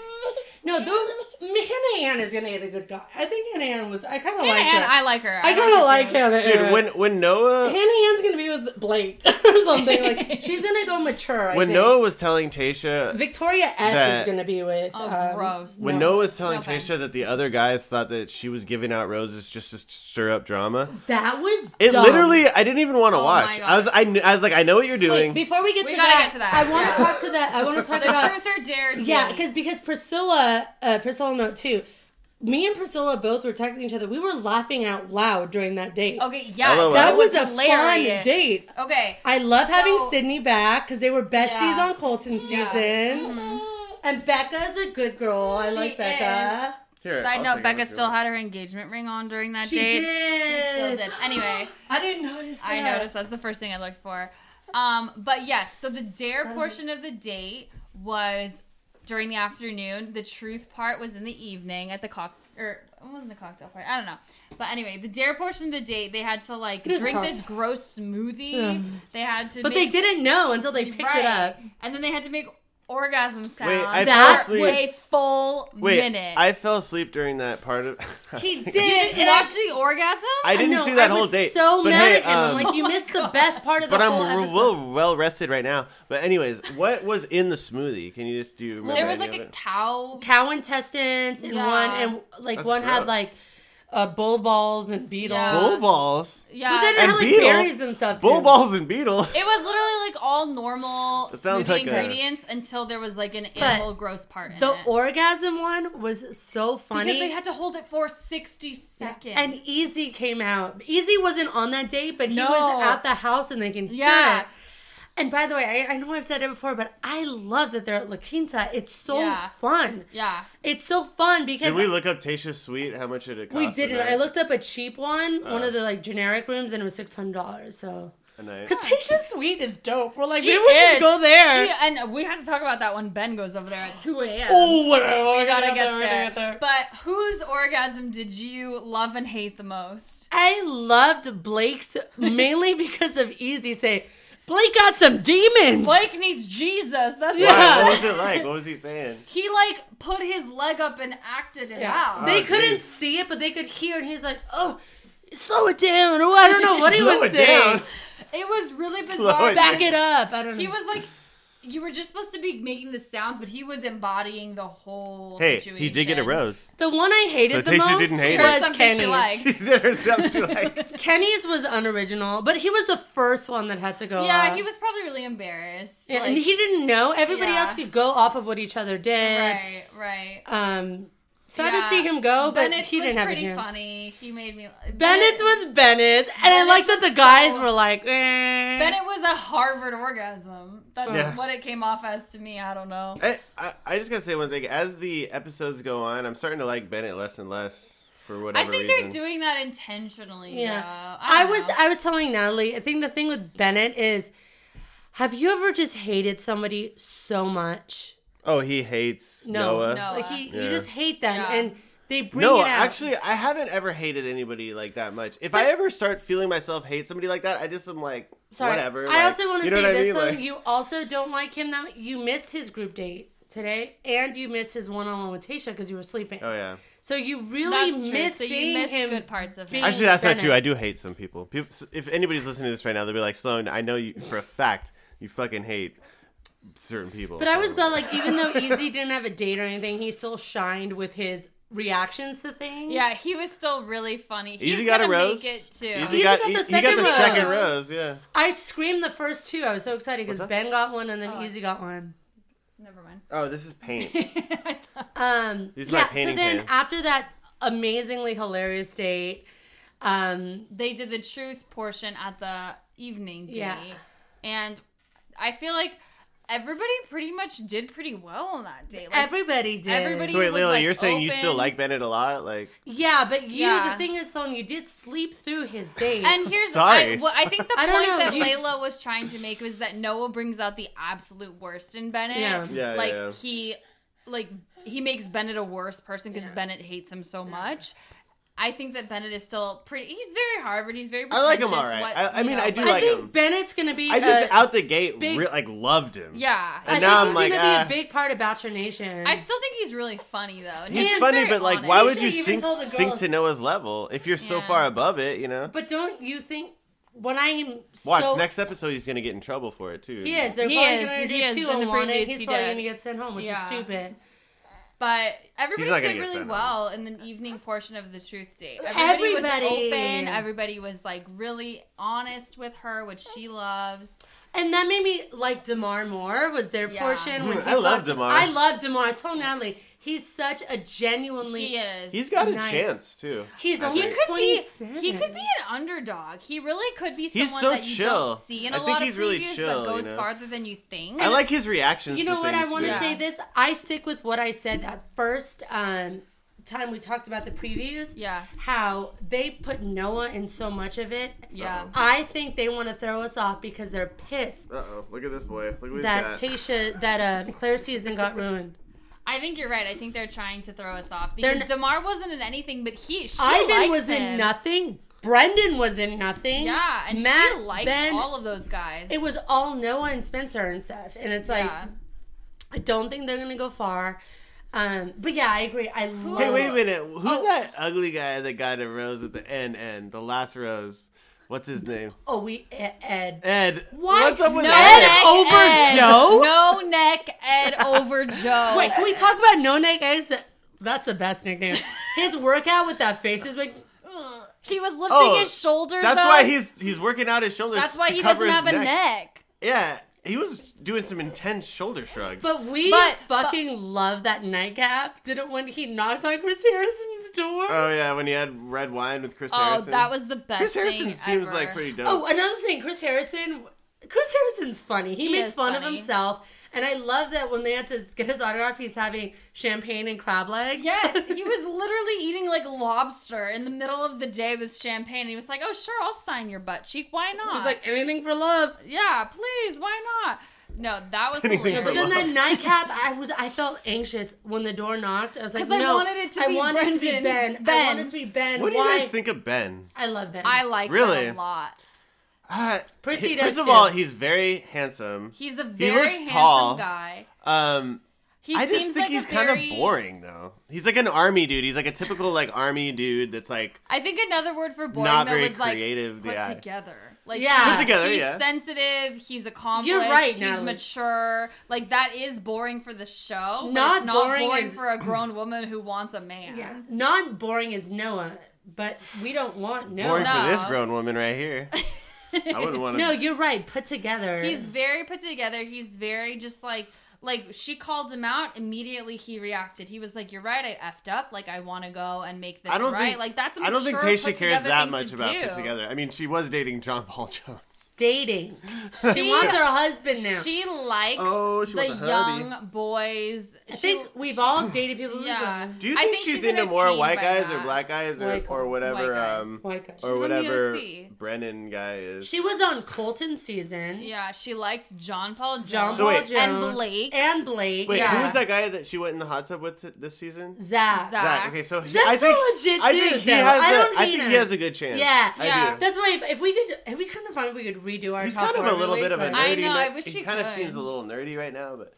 Speaker 3: No, those, Hannah Ann is going to get a good guy. I think Hannah Ann was. I kind of
Speaker 4: Hannah
Speaker 3: like
Speaker 4: Ann,
Speaker 3: her.
Speaker 4: I like her.
Speaker 3: I kind of like
Speaker 4: her. too.
Speaker 3: Hannah Ann.
Speaker 2: dude, when when Noah
Speaker 3: Hannah Ann's gonna be with Blake or something. Like she's gonna go mature. I
Speaker 2: when
Speaker 3: think.
Speaker 2: Noah was telling Tasha
Speaker 3: Victoria F
Speaker 2: That-
Speaker 3: is gonna be with.
Speaker 4: Oh,
Speaker 3: um,
Speaker 4: gross.
Speaker 2: When
Speaker 3: No.
Speaker 2: Noah was telling
Speaker 4: No
Speaker 2: Tasha
Speaker 4: offense.
Speaker 2: that the other guys thought that she was giving out roses just to stir up drama,
Speaker 3: That was.
Speaker 2: it
Speaker 3: dumb.
Speaker 2: literally I didn't even want to
Speaker 4: Oh my
Speaker 2: watch. I was I, kn- I was like I know what you're
Speaker 3: Wait,
Speaker 2: doing.
Speaker 3: before we get,
Speaker 4: We
Speaker 3: to,
Speaker 4: gotta
Speaker 3: that,
Speaker 4: get to that.
Speaker 3: I want to
Speaker 4: Yeah.
Speaker 3: talk to that. I want to talk
Speaker 4: The
Speaker 3: about.
Speaker 4: truth or dare?
Speaker 3: Yeah,
Speaker 4: date.
Speaker 3: because because Priscilla, uh, Priscilla note too. Me and Priscilla both were texting each other. We were laughing out loud during that date.
Speaker 4: okay, yeah,
Speaker 2: LOL.
Speaker 3: that
Speaker 2: it
Speaker 3: was, a
Speaker 4: hilarious.
Speaker 3: fun date.
Speaker 4: Okay,
Speaker 3: I love having
Speaker 4: So-
Speaker 3: Sydney back because they were besties
Speaker 4: Yeah.
Speaker 3: on Colton season.
Speaker 4: Yeah.
Speaker 3: And Becca's a good girl. I
Speaker 4: She
Speaker 3: like Becca.
Speaker 2: Here,
Speaker 4: Side
Speaker 2: I'll take
Speaker 4: note:
Speaker 2: it if
Speaker 4: Becca
Speaker 2: you
Speaker 4: still
Speaker 2: want.
Speaker 4: had her engagement ring on during that
Speaker 3: She
Speaker 4: date.
Speaker 3: did.
Speaker 4: She still did. Anyway,
Speaker 3: I didn't notice that.
Speaker 4: I noticed that's the first thing I looked for. Um, but yes, so the
Speaker 3: Um.
Speaker 4: dare portion of the date was during the afternoon. The truth part was in the evening at the cock or it wasn't a cocktail party. I don't know. But anyway, the dare portion of the date, they had to like
Speaker 3: is a
Speaker 4: drink this
Speaker 3: cocktail.
Speaker 4: gross smoothie. They had to
Speaker 3: But they
Speaker 4: make,
Speaker 3: didn't know until they picked it up.
Speaker 4: And then they had to make orgasm sounds.
Speaker 2: I
Speaker 3: fell
Speaker 4: for
Speaker 2: asleep.
Speaker 4: a full
Speaker 2: Wait,
Speaker 4: minute.
Speaker 2: I fell asleep during that part of.
Speaker 3: He
Speaker 4: you
Speaker 3: did.
Speaker 4: didn't
Speaker 3: and I-
Speaker 4: watch the orgasm?
Speaker 2: I didn't
Speaker 3: know,
Speaker 2: see that
Speaker 3: I
Speaker 2: whole
Speaker 3: was
Speaker 2: date.
Speaker 3: So
Speaker 2: but
Speaker 3: mad
Speaker 2: hey,
Speaker 3: at him. I'm
Speaker 2: um,
Speaker 3: like, you missed the best part of the
Speaker 2: but
Speaker 3: whole
Speaker 2: I'm
Speaker 3: episode.
Speaker 2: well, well rested right now. But anyways, what was in the smoothie? Can you just do? You remember
Speaker 4: there was
Speaker 2: any
Speaker 4: like a
Speaker 2: of it?
Speaker 4: cow
Speaker 3: Cow intestines and
Speaker 4: Yeah.
Speaker 3: one and like
Speaker 2: That's
Speaker 3: one had
Speaker 2: gross.
Speaker 3: like uh, bull balls and beetles.
Speaker 4: Yeah.
Speaker 2: bull balls,
Speaker 4: yeah.
Speaker 3: But then it
Speaker 2: And
Speaker 3: had like
Speaker 2: beetles?
Speaker 3: berries and stuff too.
Speaker 2: bull balls and beetles.
Speaker 4: It was literally like all normal
Speaker 2: It
Speaker 4: smoothie
Speaker 2: sounds like a-
Speaker 4: ingredients until there was like an animal gross part in
Speaker 3: The
Speaker 4: it.
Speaker 3: orgasm one was so funny.
Speaker 4: because they had to hold it for 60 seconds.
Speaker 3: and Easy came out. Easy wasn't on that date, but he
Speaker 4: No.
Speaker 3: was at the house and they can hear
Speaker 4: Yeah.
Speaker 3: it. And by the way, I, I know I've said it before, but I love that they're at La Quinta. It's so
Speaker 4: Yeah.
Speaker 3: fun.
Speaker 4: yeah.
Speaker 3: It's so fun because
Speaker 2: Did we look up Tasha's suite? How much did it cost?
Speaker 3: We
Speaker 2: a
Speaker 3: didn't.
Speaker 2: night-
Speaker 3: I looked up a cheap one, one
Speaker 2: Oh.
Speaker 3: of the like generic rooms, and it was six hundred dollars. So,
Speaker 2: a night.
Speaker 3: because Tasha's suite is dope. We're like,
Speaker 4: She
Speaker 3: maybe we
Speaker 4: is-
Speaker 3: just go there.
Speaker 4: She, and we have to talk about that when Ben goes over there at 2 a.m.
Speaker 3: oh, whatever. We
Speaker 4: we gotta get
Speaker 3: there. we
Speaker 4: there.
Speaker 3: gotta get there.
Speaker 4: But whose orgasm did you love and hate the most?
Speaker 3: I loved Blake's mainly because of Easy say, Blake got some demons.
Speaker 4: Blake needs Jesus. That's
Speaker 2: Why?
Speaker 3: Yeah.
Speaker 2: What was it like? What was he saying?
Speaker 4: He like put his leg up and acted it out.
Speaker 3: They
Speaker 2: Oh,
Speaker 3: couldn't
Speaker 2: geez.
Speaker 3: see it, but they could hear, and he's like, oh. Slow it down. Oh, I don't know what he
Speaker 2: Slow
Speaker 3: was
Speaker 2: it down.
Speaker 3: saying.
Speaker 4: it was really bizarre.
Speaker 2: Slow it
Speaker 3: Back it up. I don't know.
Speaker 4: He was like, you were just supposed to be making the sounds, but he was embodying the whole
Speaker 2: Hey,
Speaker 4: situation.
Speaker 2: he did get a rose.
Speaker 3: the one I hated
Speaker 2: So
Speaker 3: the
Speaker 2: Tasha
Speaker 3: most
Speaker 2: didn't hate it.
Speaker 4: Heard
Speaker 3: was
Speaker 4: something she
Speaker 3: Kenny's.
Speaker 4: liked.
Speaker 2: She did herself. She liked.
Speaker 3: Kenny's was unoriginal, but he was the first one that had to go.
Speaker 4: Yeah,
Speaker 3: up.
Speaker 4: he was probably really embarrassed.
Speaker 3: Yeah,
Speaker 4: like-
Speaker 3: and he didn't know. Everybody
Speaker 4: Yeah.
Speaker 3: else could go off of what each other did.
Speaker 4: right, right.
Speaker 3: Um, sad
Speaker 4: Yeah.
Speaker 3: to see him go, but
Speaker 4: Bennett's
Speaker 3: he didn't
Speaker 4: was
Speaker 3: have a
Speaker 4: pretty
Speaker 3: chance.
Speaker 4: funny. He made me.
Speaker 3: Bennett's was Bennett's, and I
Speaker 4: Bennett's
Speaker 3: like that the
Speaker 4: was
Speaker 3: guys
Speaker 4: so-
Speaker 3: were like, eh.
Speaker 4: Bennett was a Harvard orgasm. That's
Speaker 2: Yeah.
Speaker 4: what it came off as to me. I don't know.
Speaker 2: I, I, I just gotta say one thing. As the episodes go on, I'm starting to like Bennett less and less for
Speaker 4: I
Speaker 2: whatever
Speaker 4: think
Speaker 2: reason.
Speaker 4: they're doing that intentionally.
Speaker 3: Yeah.
Speaker 4: though.
Speaker 3: I
Speaker 4: don't
Speaker 3: was
Speaker 4: know.
Speaker 3: I was telling Natalie, I think the thing with Bennett is, have you ever just hated somebody so much?
Speaker 2: oh, he hates
Speaker 3: No,
Speaker 2: Noah.
Speaker 4: no.
Speaker 3: Like he, you
Speaker 2: Yeah.
Speaker 3: just hate them,
Speaker 4: Yeah.
Speaker 3: and they bring
Speaker 2: No,
Speaker 3: it out.
Speaker 2: actually, I haven't ever hated anybody like that much. If I ever start feeling myself hate somebody like that, I just am like,
Speaker 3: Sorry.
Speaker 2: whatever.
Speaker 3: I
Speaker 2: like,
Speaker 3: also want to
Speaker 2: you know
Speaker 3: say
Speaker 2: what I
Speaker 3: this
Speaker 2: mean?
Speaker 3: though.
Speaker 2: Like,
Speaker 3: you also don't like him that much. You missed his group date today, and you missed his one-on-one with Tasha because you were sleeping.
Speaker 2: oh yeah.
Speaker 3: So you really
Speaker 4: That's true.
Speaker 3: miss
Speaker 4: So you
Speaker 3: seeing
Speaker 4: missed
Speaker 3: him.
Speaker 4: good parts of
Speaker 3: being-
Speaker 4: him.
Speaker 2: Actually, that's not
Speaker 3: Bennett.
Speaker 2: true. I do hate some people. people. If anybody's listening to this right now, they'll be like, Sloan, I know you for a fact you fucking hate certain people.
Speaker 3: But I was glad, like even though Easy didn't have a date or anything, he still shined with his reactions to things.
Speaker 4: Yeah, he was still really funny. He's
Speaker 2: Easy got a
Speaker 4: gonna
Speaker 2: rose.
Speaker 4: Make it too.
Speaker 2: Easy
Speaker 3: Easy
Speaker 2: got, e-,
Speaker 3: got the
Speaker 2: he- he
Speaker 3: second
Speaker 2: got the
Speaker 3: rose.
Speaker 2: second rose. Yeah.
Speaker 3: I screamed the first two. I was so excited because
Speaker 2: What's that?
Speaker 3: Ben got one and then
Speaker 4: Oh.
Speaker 3: Easy got one.
Speaker 4: Never
Speaker 2: Oh, this is paint.
Speaker 4: mind.
Speaker 3: Um,
Speaker 2: These are my
Speaker 3: yeah. So
Speaker 2: painting
Speaker 3: then
Speaker 2: pins.
Speaker 3: after that amazingly hilarious date, um,
Speaker 4: they did the truth portion at the evening date.
Speaker 3: Yeah.
Speaker 4: And I feel like everybody pretty much did pretty well on that date. Like,
Speaker 3: everybody did.
Speaker 4: Everybody-
Speaker 2: So wait,
Speaker 4: was,
Speaker 2: Layla,
Speaker 4: like,
Speaker 2: you're saying you still
Speaker 4: open.
Speaker 2: like Bennett a lot? Like,
Speaker 3: Yeah, but you.
Speaker 4: Yeah.
Speaker 3: The thing is, Sloan, you did sleep through his date.
Speaker 4: and here's I,
Speaker 2: Sorry.
Speaker 4: well, I think the
Speaker 3: I
Speaker 4: point
Speaker 3: don't know,
Speaker 4: that
Speaker 3: you-
Speaker 4: Layla was trying to make was that Noah brings out the absolute worst in Bennett.
Speaker 3: Yeah.
Speaker 2: Yeah,
Speaker 4: like
Speaker 2: yeah.
Speaker 4: he like he makes Bennett a worse person because Bennett hates him so much. I think that Bennett is still pretty. He's very Harvard. He's very.
Speaker 2: I like him
Speaker 4: pretentious,
Speaker 2: all right.
Speaker 4: what-
Speaker 2: I- I
Speaker 4: you
Speaker 2: mean,
Speaker 4: know,
Speaker 2: I do
Speaker 4: but-
Speaker 3: I
Speaker 2: like
Speaker 3: think
Speaker 2: him.
Speaker 3: Bennett's gonna be.
Speaker 2: I just
Speaker 3: a-
Speaker 2: out the gate
Speaker 3: uh, big-
Speaker 2: re- like loved him.
Speaker 4: Yeah,
Speaker 2: And
Speaker 3: I
Speaker 2: now I'm
Speaker 3: think he's
Speaker 2: like,
Speaker 3: gonna
Speaker 2: ah.
Speaker 3: be a big part of Bachelor Nation.
Speaker 4: I still think he's really funny though. and
Speaker 2: He's
Speaker 4: just
Speaker 2: funny,
Speaker 4: very
Speaker 2: but like,
Speaker 4: honest.
Speaker 2: why would
Speaker 3: Tisha
Speaker 2: you
Speaker 3: even
Speaker 2: sink
Speaker 3: told the
Speaker 2: sink
Speaker 3: girls-
Speaker 2: to Noah's level if you're so
Speaker 4: Yeah.
Speaker 2: far above it? You know.
Speaker 3: But don't you think when I'm
Speaker 2: Watch
Speaker 3: so,
Speaker 2: next episode. He's gonna get in trouble for it too.
Speaker 3: He is. They're
Speaker 4: He
Speaker 3: probably
Speaker 4: is,
Speaker 3: gonna
Speaker 4: he
Speaker 3: do
Speaker 4: is.
Speaker 3: two
Speaker 4: In the
Speaker 3: on one,
Speaker 4: previous
Speaker 3: and he's
Speaker 4: he
Speaker 3: probably
Speaker 4: did.
Speaker 3: gonna get sent home, which
Speaker 4: Yeah.
Speaker 3: is stupid.
Speaker 4: But
Speaker 2: not
Speaker 4: everybody
Speaker 2: gonna
Speaker 4: did
Speaker 2: get
Speaker 4: really
Speaker 2: sent
Speaker 4: well in the evening portion of the truth date. Everybody,
Speaker 3: Everybody.
Speaker 4: was open. Everybody was like really honest with her, which she loves.
Speaker 3: And that made me like Demar more. Was their
Speaker 4: Yeah.
Speaker 3: portion? When
Speaker 2: Mm,
Speaker 3: he
Speaker 2: I love
Speaker 3: talked-
Speaker 2: Damar.
Speaker 3: I love Demar. I told Natalie he's such a genuinely.
Speaker 4: He is.
Speaker 2: He's got a
Speaker 3: Nice.
Speaker 2: chance too.
Speaker 3: He's
Speaker 2: I
Speaker 3: only
Speaker 2: think.
Speaker 4: Could be-
Speaker 3: twenty-seven.
Speaker 4: he could be an underdog. He really could be
Speaker 2: He's
Speaker 4: someone
Speaker 2: so
Speaker 4: that you
Speaker 2: chill.
Speaker 4: don't see in
Speaker 2: I
Speaker 4: a
Speaker 2: think
Speaker 4: lot
Speaker 2: he's
Speaker 4: of previews,
Speaker 2: really chill,
Speaker 4: but goes
Speaker 2: you know?
Speaker 4: farther than you think.
Speaker 2: I like his reactions.
Speaker 3: You
Speaker 2: to
Speaker 3: know what? I
Speaker 2: things,
Speaker 3: want to
Speaker 2: too.
Speaker 4: yeah.
Speaker 3: say this. I stick with what I said that first um, time we talked about the previews.
Speaker 4: Yeah.
Speaker 3: How they put Noah in so much of it.
Speaker 4: Yeah.
Speaker 3: I think they want to throw us off because they're pissed
Speaker 2: Uh oh, look at this boy. Look what he's
Speaker 3: that
Speaker 2: got.
Speaker 3: Tasha that uh Claire's season got ruined.
Speaker 4: I think you're right. I think they're trying to throw us off
Speaker 3: They're
Speaker 4: because
Speaker 3: n-
Speaker 4: Damar wasn't in anything, but he she
Speaker 3: Ivan
Speaker 4: likes
Speaker 3: was in
Speaker 4: him.
Speaker 3: nothing. Brendan was in nothing.
Speaker 4: Yeah, and
Speaker 3: Matt,
Speaker 4: she likes
Speaker 3: Ben,
Speaker 4: all of those guys.
Speaker 3: it was all Noah and Spencer and stuff. And it's like
Speaker 4: yeah.
Speaker 3: I don't think they're gonna go far. Um, but yeah, I agree. I love
Speaker 2: Hey,
Speaker 4: Oh.
Speaker 2: wait a minute. Who's that ugly guy that got a rose at the end? End the last rose. What's his name?
Speaker 3: Oh, we Ed.
Speaker 2: Ed.
Speaker 3: Why?
Speaker 2: What's up with
Speaker 4: no
Speaker 2: Ed?
Speaker 4: neck
Speaker 3: over
Speaker 4: Ed.
Speaker 3: Joe?
Speaker 4: No neck Ed over Joe.
Speaker 3: Wait, can we talk about No Neck Ed's? That's the best nickname. His workout with that face is like,
Speaker 4: he was lifting
Speaker 2: Oh,
Speaker 4: his shoulders.
Speaker 2: That's
Speaker 4: up.
Speaker 2: why he's he's working out his shoulders.
Speaker 4: That's why
Speaker 2: to
Speaker 4: he
Speaker 2: cover
Speaker 4: doesn't have
Speaker 2: his
Speaker 4: a neck.
Speaker 2: Yeah, he was doing some intense shoulder shrugs.
Speaker 3: but we
Speaker 4: But-
Speaker 3: fucking love that nightcap. Did it when he knocked on Chris Harrison's door?
Speaker 2: oh yeah, when he had red wine with Chris
Speaker 4: Oh,
Speaker 2: Harrison.
Speaker 4: that was the best.
Speaker 2: Chris Harrison
Speaker 4: thing
Speaker 2: seems
Speaker 4: ever.
Speaker 2: like pretty dope.
Speaker 3: oh, another thing, Chris Harrison. Chris Harrison's funny. He,
Speaker 4: He
Speaker 3: makes
Speaker 4: is
Speaker 3: fun of
Speaker 4: funny.
Speaker 3: himself, and I love that when they had to get his autograph, he's having champagne and crab legs.
Speaker 4: Yes, he was literally eating like lobster in the middle of the day with champagne. He was like, "Oh, sure, I'll sign your butt cheek. Why not?"
Speaker 3: He's like anything for love.
Speaker 4: "Yeah, please. Why not?" No, that was
Speaker 2: Anything
Speaker 4: hilarious.
Speaker 2: for
Speaker 3: But
Speaker 2: love.
Speaker 3: then that nightcap, I was I felt anxious when the door knocked. I was like,
Speaker 4: 'Cause I
Speaker 3: no,
Speaker 4: wanted it to
Speaker 3: I
Speaker 4: be
Speaker 3: wanted it to be
Speaker 4: Brendan.
Speaker 3: Ben. I
Speaker 4: Ben.
Speaker 3: wanted it to be Ben.
Speaker 2: what do
Speaker 3: Why?
Speaker 2: you guys think of Ben?
Speaker 3: I love Ben.
Speaker 4: I like
Speaker 2: Really?
Speaker 4: him a lot.
Speaker 2: Uh,
Speaker 3: Prissy
Speaker 2: he-
Speaker 3: does
Speaker 2: first of
Speaker 3: too.
Speaker 2: all, he's very handsome.
Speaker 4: He's a very
Speaker 2: looks
Speaker 4: handsome
Speaker 2: tall.
Speaker 4: guy.
Speaker 2: Um,
Speaker 4: He
Speaker 2: I just
Speaker 4: seems
Speaker 2: think
Speaker 4: like a
Speaker 2: he's kind of
Speaker 4: very-
Speaker 2: boring though. He's like an army dude. He's like a typical like army dude that's like
Speaker 4: I think another word for boring
Speaker 2: Not
Speaker 4: though
Speaker 2: very
Speaker 4: was like
Speaker 2: creative,
Speaker 4: put
Speaker 2: yeah.
Speaker 4: together. Like
Speaker 3: Yeah. Put
Speaker 2: together,
Speaker 4: He's
Speaker 2: yeah.
Speaker 4: sensitive. He's accomplished.
Speaker 3: right,
Speaker 4: He's
Speaker 3: Natalie.
Speaker 4: mature. Like that is boring for the show. but
Speaker 3: Not
Speaker 4: it's not
Speaker 3: boring
Speaker 4: boring,
Speaker 3: is-
Speaker 4: for a grown woman who wants a man.
Speaker 3: yeah. Not boring as Noah, but we don't want Noah.
Speaker 2: boring for this
Speaker 4: No.
Speaker 2: grown woman right here. I wouldn't want to.
Speaker 3: no, you're right. Put together.
Speaker 4: He's very put together. He's very just like like she called him out immediately. He reacted. He was like, "You're right. I effed up. Like I want to go and make this
Speaker 2: I don't
Speaker 4: right."
Speaker 2: think
Speaker 4: like that's a
Speaker 2: I don't think
Speaker 4: mature,
Speaker 2: Tasha
Speaker 4: put
Speaker 2: cares
Speaker 4: together
Speaker 2: that
Speaker 4: thing
Speaker 2: much
Speaker 4: to
Speaker 2: about
Speaker 4: do.
Speaker 2: put together. I mean, she was dating John Paul Jones.
Speaker 3: dating. She wants her husband now.
Speaker 4: She likes
Speaker 2: Oh, she
Speaker 4: the
Speaker 2: wants a
Speaker 4: young
Speaker 2: hubby.
Speaker 4: boys.
Speaker 3: I think we've all dated people. we
Speaker 4: Yeah.
Speaker 3: love.
Speaker 2: Do you
Speaker 4: I
Speaker 2: think,
Speaker 4: think
Speaker 2: she's,
Speaker 4: she's
Speaker 2: into more
Speaker 4: entertained
Speaker 2: white
Speaker 4: by
Speaker 2: guys or
Speaker 4: that.
Speaker 2: black guys or,
Speaker 3: White
Speaker 2: or
Speaker 3: guys.
Speaker 2: whatever
Speaker 4: White guys.
Speaker 2: um
Speaker 3: White guys.
Speaker 2: or
Speaker 4: from the
Speaker 2: whatever
Speaker 4: OC.
Speaker 2: Brennan guy is?
Speaker 3: She was on Colton season.
Speaker 4: Yeah, she liked John Paul Jones.
Speaker 3: John
Speaker 2: So
Speaker 3: Paul
Speaker 2: wait-
Speaker 3: Jones
Speaker 4: And Blake.
Speaker 3: and Blake.
Speaker 2: Wait,
Speaker 4: Yeah.
Speaker 2: who was that guy that she went in the hot tub with t- this season?
Speaker 3: Zach.
Speaker 4: Zach.
Speaker 2: Zach. Okay, so he-
Speaker 3: Zach's
Speaker 2: I think,
Speaker 3: a legit
Speaker 2: I think
Speaker 3: dude,
Speaker 2: he
Speaker 3: though.
Speaker 2: has.
Speaker 3: I
Speaker 2: a-
Speaker 3: don't
Speaker 2: I
Speaker 3: hate
Speaker 2: think he
Speaker 3: him.
Speaker 2: has a good chance.
Speaker 3: Yeah.
Speaker 2: I
Speaker 4: Yeah.
Speaker 2: do.
Speaker 3: That's why if, if we could, it'd be kind of fun if we could redo our.
Speaker 2: He's
Speaker 3: top
Speaker 2: kind of
Speaker 3: four
Speaker 2: a little
Speaker 3: really
Speaker 2: bit of a nerdy.
Speaker 3: quick.
Speaker 4: I know, I
Speaker 2: nerd.
Speaker 4: wish
Speaker 2: he
Speaker 4: we
Speaker 2: kind of
Speaker 4: could.
Speaker 2: seems a little nerdy right now, but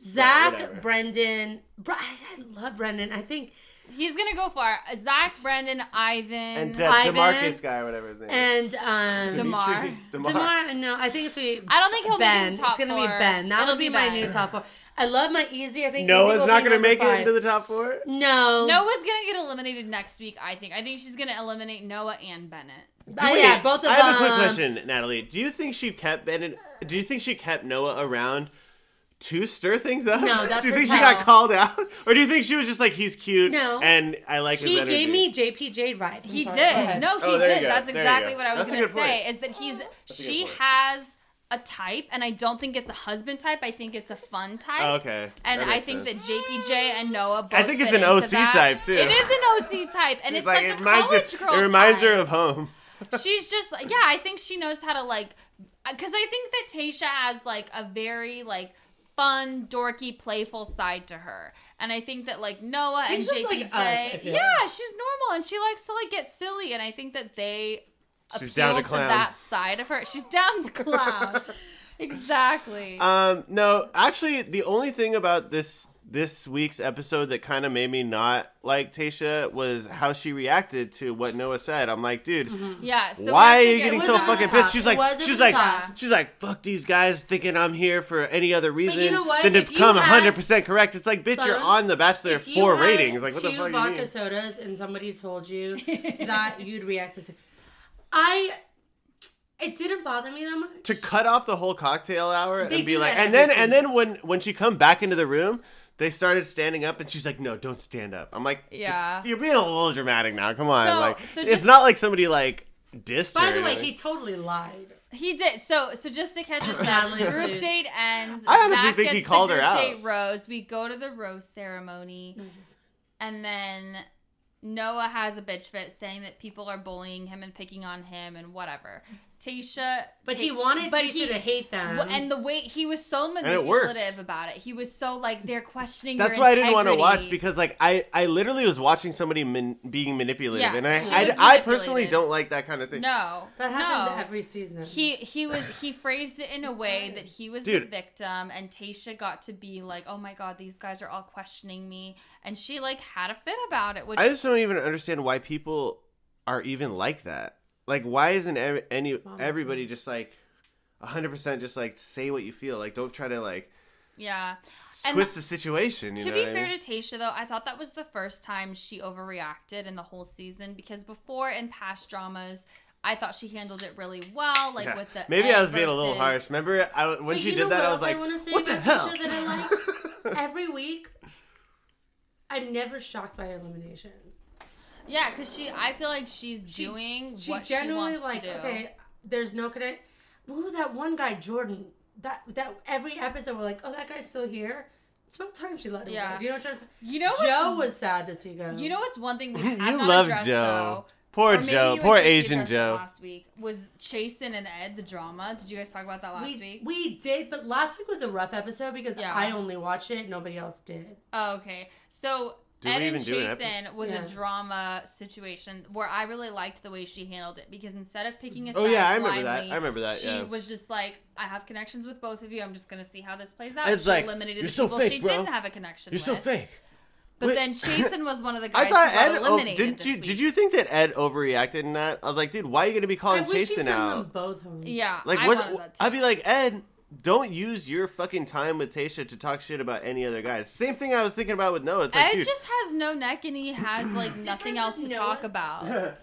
Speaker 3: Zach,
Speaker 2: whatever.
Speaker 3: Brendan, Br- I, I love Brendan. I think
Speaker 4: He's gonna go far. Zach, Brendan, Ivan,
Speaker 2: and
Speaker 3: uh, Ivan-
Speaker 2: Demarcus guy, or whatever his name. is.
Speaker 3: and um,
Speaker 4: Dem-
Speaker 2: Dimitri- Demar.
Speaker 3: Demar. No, I think it's gonna be.
Speaker 4: I don't think he'll
Speaker 3: Ben.
Speaker 4: make the top
Speaker 3: it's gonna
Speaker 4: four.
Speaker 3: be Ben. That'll
Speaker 4: It'll
Speaker 3: be,
Speaker 4: be
Speaker 3: my
Speaker 4: Ben.
Speaker 3: new top four. I love my easy. I think Easy
Speaker 2: Noah's
Speaker 3: will
Speaker 2: not
Speaker 3: be
Speaker 2: gonna
Speaker 3: number
Speaker 2: make
Speaker 3: five.
Speaker 2: it into the top four.
Speaker 3: No.
Speaker 4: Noah's gonna get eliminated next week. I think. I think she's gonna eliminate Noah and Bennett.
Speaker 3: Oh,
Speaker 2: Wait,
Speaker 3: yeah, both of um,
Speaker 2: I have a quick
Speaker 3: them.
Speaker 2: question, Natalie. Do you think she kept Ben? and- do you think she kept Noah around to stir things up?
Speaker 3: No, that's
Speaker 2: Do you
Speaker 3: her
Speaker 2: think she
Speaker 3: tell.
Speaker 2: got called out, or do you think she was just like he's cute?
Speaker 3: No.
Speaker 2: and I like his
Speaker 3: He
Speaker 2: energy.
Speaker 3: gave me JPJ vibes. I'm
Speaker 4: He
Speaker 3: sorry, go
Speaker 4: did.
Speaker 3: ahead.
Speaker 4: No, he
Speaker 2: Oh, there you
Speaker 4: did.
Speaker 2: go.
Speaker 4: That's
Speaker 2: There you
Speaker 4: exactly
Speaker 2: go.
Speaker 4: what I was
Speaker 2: That's a
Speaker 4: going
Speaker 2: good
Speaker 4: to
Speaker 2: point.
Speaker 4: say is that he's
Speaker 2: a good
Speaker 4: she
Speaker 2: point.
Speaker 4: has a type and I don't think it's a husband type. I think it's a fun type.
Speaker 2: Oh, okay,
Speaker 4: And
Speaker 2: That
Speaker 4: I
Speaker 2: makes
Speaker 4: think
Speaker 2: sense.
Speaker 4: that JPJ and Noah both
Speaker 2: I think it's
Speaker 4: fit
Speaker 2: an
Speaker 4: into
Speaker 2: OC
Speaker 4: that.
Speaker 2: type, too.
Speaker 4: It is an OC type and
Speaker 2: She's
Speaker 4: it's like,
Speaker 2: it
Speaker 4: a
Speaker 2: reminds
Speaker 4: college
Speaker 2: her,
Speaker 4: girl
Speaker 2: It reminds her
Speaker 4: type.
Speaker 2: of home.
Speaker 4: She's just like- yeah, I think she knows how to like cuz I think that Tasha has like a very like fun, dorky, playful side to her. And I think that like Noah
Speaker 3: She's
Speaker 4: and
Speaker 3: just like
Speaker 4: JPJ
Speaker 3: us, I feel
Speaker 4: yeah, she's normal and she likes to like get silly and I think that they
Speaker 2: She's
Speaker 4: appeal
Speaker 2: down to
Speaker 4: to,
Speaker 2: clown.
Speaker 4: that side of her. She's down to clown. exactly.
Speaker 2: Um, no, actually, the only thing about this this week's episode that kind of made me not like Tasha was how she reacted to what Noah said. I'm like, dude,
Speaker 3: Mm-hmm.
Speaker 4: yeah, so
Speaker 2: why are
Speaker 4: once
Speaker 2: you
Speaker 4: again-
Speaker 2: getting
Speaker 3: was
Speaker 2: so
Speaker 3: over the
Speaker 2: fucking
Speaker 3: top.
Speaker 2: pissed? She's
Speaker 3: It
Speaker 2: like,
Speaker 3: was over
Speaker 2: she's
Speaker 3: the
Speaker 2: like,
Speaker 3: top.
Speaker 2: she's like, fuck these guys thinking I'm here for any other reason
Speaker 3: you know what?
Speaker 2: than to
Speaker 3: If you
Speaker 2: become
Speaker 3: had-
Speaker 2: 100 percent correct. It's like, bitch, you're
Speaker 3: Son,
Speaker 2: on the Bachelor
Speaker 3: If you
Speaker 2: for
Speaker 3: had
Speaker 2: ratings. Like, what the
Speaker 3: two
Speaker 2: fuck?
Speaker 3: vodka
Speaker 2: You mean?
Speaker 3: sodas and somebody told you that you'd react the same. I. It didn't bother me that much.
Speaker 2: To cut off the whole cocktail hour
Speaker 3: They
Speaker 2: and be
Speaker 3: do
Speaker 2: like,
Speaker 3: that
Speaker 2: and then
Speaker 3: every
Speaker 2: and then when when she come back into the room. They started standing up, and she's like, "No, don't stand up." I'm like,
Speaker 4: Yeah.
Speaker 2: you're being a little dramatic now. Come on,
Speaker 4: So-
Speaker 2: like
Speaker 4: so
Speaker 2: it's
Speaker 4: just-
Speaker 2: not like somebody like dissed."
Speaker 3: By
Speaker 2: her
Speaker 3: the
Speaker 2: or
Speaker 3: way,
Speaker 2: anything.
Speaker 3: he totally lied.
Speaker 4: He did. So so just to catch us up,
Speaker 3: Natalie,
Speaker 4: group
Speaker 3: please.
Speaker 4: date ends.
Speaker 2: I honestly
Speaker 4: Zach
Speaker 2: think he
Speaker 4: gets the
Speaker 2: called her
Speaker 4: group
Speaker 2: out.
Speaker 4: Date rose. We go to the rose ceremony. And then Noah has a bitch fit saying that people are bullying him and picking on him and whatever. Tasha.
Speaker 3: But he
Speaker 4: Ta-
Speaker 3: wanted
Speaker 4: but
Speaker 3: Tisha
Speaker 4: he-
Speaker 3: to hate them.
Speaker 4: Wha- And the way he was so
Speaker 2: it worked.
Speaker 4: manipulative about it, he was so like they're questioning.
Speaker 2: That's
Speaker 4: your
Speaker 2: why I didn't want to watch
Speaker 4: integrity.
Speaker 2: because like I I literally was watching somebody man- being manipulative,
Speaker 4: Yeah,
Speaker 2: and I
Speaker 4: she was
Speaker 2: I, I personally
Speaker 4: manipulated.
Speaker 2: don't like that kind of thing.
Speaker 4: no,
Speaker 3: that happens
Speaker 4: no.
Speaker 3: every season.
Speaker 4: He he was he phrased it in a way
Speaker 3: tired.
Speaker 4: that he was the
Speaker 2: Dude.
Speaker 4: victim, and Tasha got to be like, "Oh my god, these guys are all questioning me," and she like had a fit about it. Which
Speaker 2: I just don't even understand why people are even like that. Like, why isn't ev- any everybody just like 100 percent just like say what you feel? Like, don't try to like
Speaker 4: yeah, And
Speaker 2: twist the situation. You
Speaker 4: to
Speaker 2: know
Speaker 4: be
Speaker 2: what I
Speaker 4: fair
Speaker 2: mean?
Speaker 4: to Tasha, though, I thought that was the first time she overreacted in the whole season because before in past dramas, I thought she handled it really well. Like
Speaker 2: Yeah.
Speaker 4: with the
Speaker 2: Maybe
Speaker 4: egg
Speaker 2: I was being a little
Speaker 4: versus-
Speaker 2: harsh. Remember I, w- when
Speaker 3: But
Speaker 2: she
Speaker 3: you
Speaker 2: did
Speaker 3: know
Speaker 2: that,
Speaker 3: what
Speaker 2: I
Speaker 3: else
Speaker 2: was like,
Speaker 3: I want to say
Speaker 2: "What the
Speaker 3: about
Speaker 2: hell?"
Speaker 3: Tisha that I like? Every week, I'm never shocked by eliminations.
Speaker 4: Yeah, because she, I feel like she's
Speaker 3: She-
Speaker 4: doing
Speaker 3: she
Speaker 4: what
Speaker 3: generally
Speaker 4: she wants
Speaker 3: like
Speaker 4: to do.
Speaker 3: okay. There's no connect. Who was that one guy, Jordan? That that every episode we're like, oh, that guy's still here. It's about time she let him
Speaker 4: Yeah.
Speaker 3: go. Do you know what I'm trying
Speaker 4: You know,
Speaker 3: to?
Speaker 4: what's-
Speaker 3: Joe was sad to see go.
Speaker 4: You know what's one thing we had
Speaker 2: you
Speaker 4: not
Speaker 2: love
Speaker 4: addressed,
Speaker 2: Joe.
Speaker 4: though?
Speaker 2: Poor
Speaker 4: Or maybe
Speaker 2: Joe.
Speaker 4: you
Speaker 2: Poor
Speaker 4: addressed it
Speaker 2: Asian
Speaker 4: last-
Speaker 2: Joe.
Speaker 4: Last week was Chasen and Ed the drama. Did you guys talk about that last
Speaker 3: we
Speaker 4: week?
Speaker 3: we did, but last week was a rough episode because
Speaker 4: Yeah.
Speaker 3: I only watched it. Nobody else did.
Speaker 4: Oh, okay. So
Speaker 2: Did
Speaker 4: Ed
Speaker 2: we
Speaker 4: and
Speaker 2: even do an epi-
Speaker 4: Jason was
Speaker 3: Yeah.
Speaker 4: a drama situation where I really liked the way she handled it because instead of picking a side
Speaker 2: Oh, yeah, I remember that.
Speaker 4: blindly,
Speaker 2: I remember that,
Speaker 4: She
Speaker 2: yeah.
Speaker 4: was just like, I have connections with both of you. I'm just gonna see how this plays out.
Speaker 2: Ed's
Speaker 4: she
Speaker 2: like,
Speaker 4: eliminated
Speaker 2: "You're
Speaker 4: the
Speaker 2: so
Speaker 4: people
Speaker 2: fake,
Speaker 4: she
Speaker 2: bro.
Speaker 4: didn't have a connection.
Speaker 2: You're so
Speaker 4: with."
Speaker 2: fake.
Speaker 4: But
Speaker 2: Wait.
Speaker 4: then Jason was one of the guys
Speaker 2: I thought
Speaker 4: who got
Speaker 2: Ed. Oh,
Speaker 4: eliminated.
Speaker 2: didn't you?
Speaker 4: this
Speaker 2: Did
Speaker 4: week.
Speaker 2: you think that Ed overreacted in that? I was like, dude, why are you gonna be
Speaker 3: I
Speaker 2: calling
Speaker 3: wish she
Speaker 2: Oh, Jason
Speaker 3: sent
Speaker 2: out?
Speaker 4: um,
Speaker 3: them both home.
Speaker 4: Yeah.
Speaker 2: Like
Speaker 4: I wanted
Speaker 2: what?
Speaker 4: that too.
Speaker 2: I'd be like Ed. Don't use your fucking time with Tasha to talk shit about any other guys. Same thing I was thinking about with Noah. It's like,
Speaker 4: Ed
Speaker 2: dude,
Speaker 4: just has no neck and he has like nothing
Speaker 3: guys
Speaker 4: else to
Speaker 3: know
Speaker 4: talk
Speaker 3: it?
Speaker 4: about.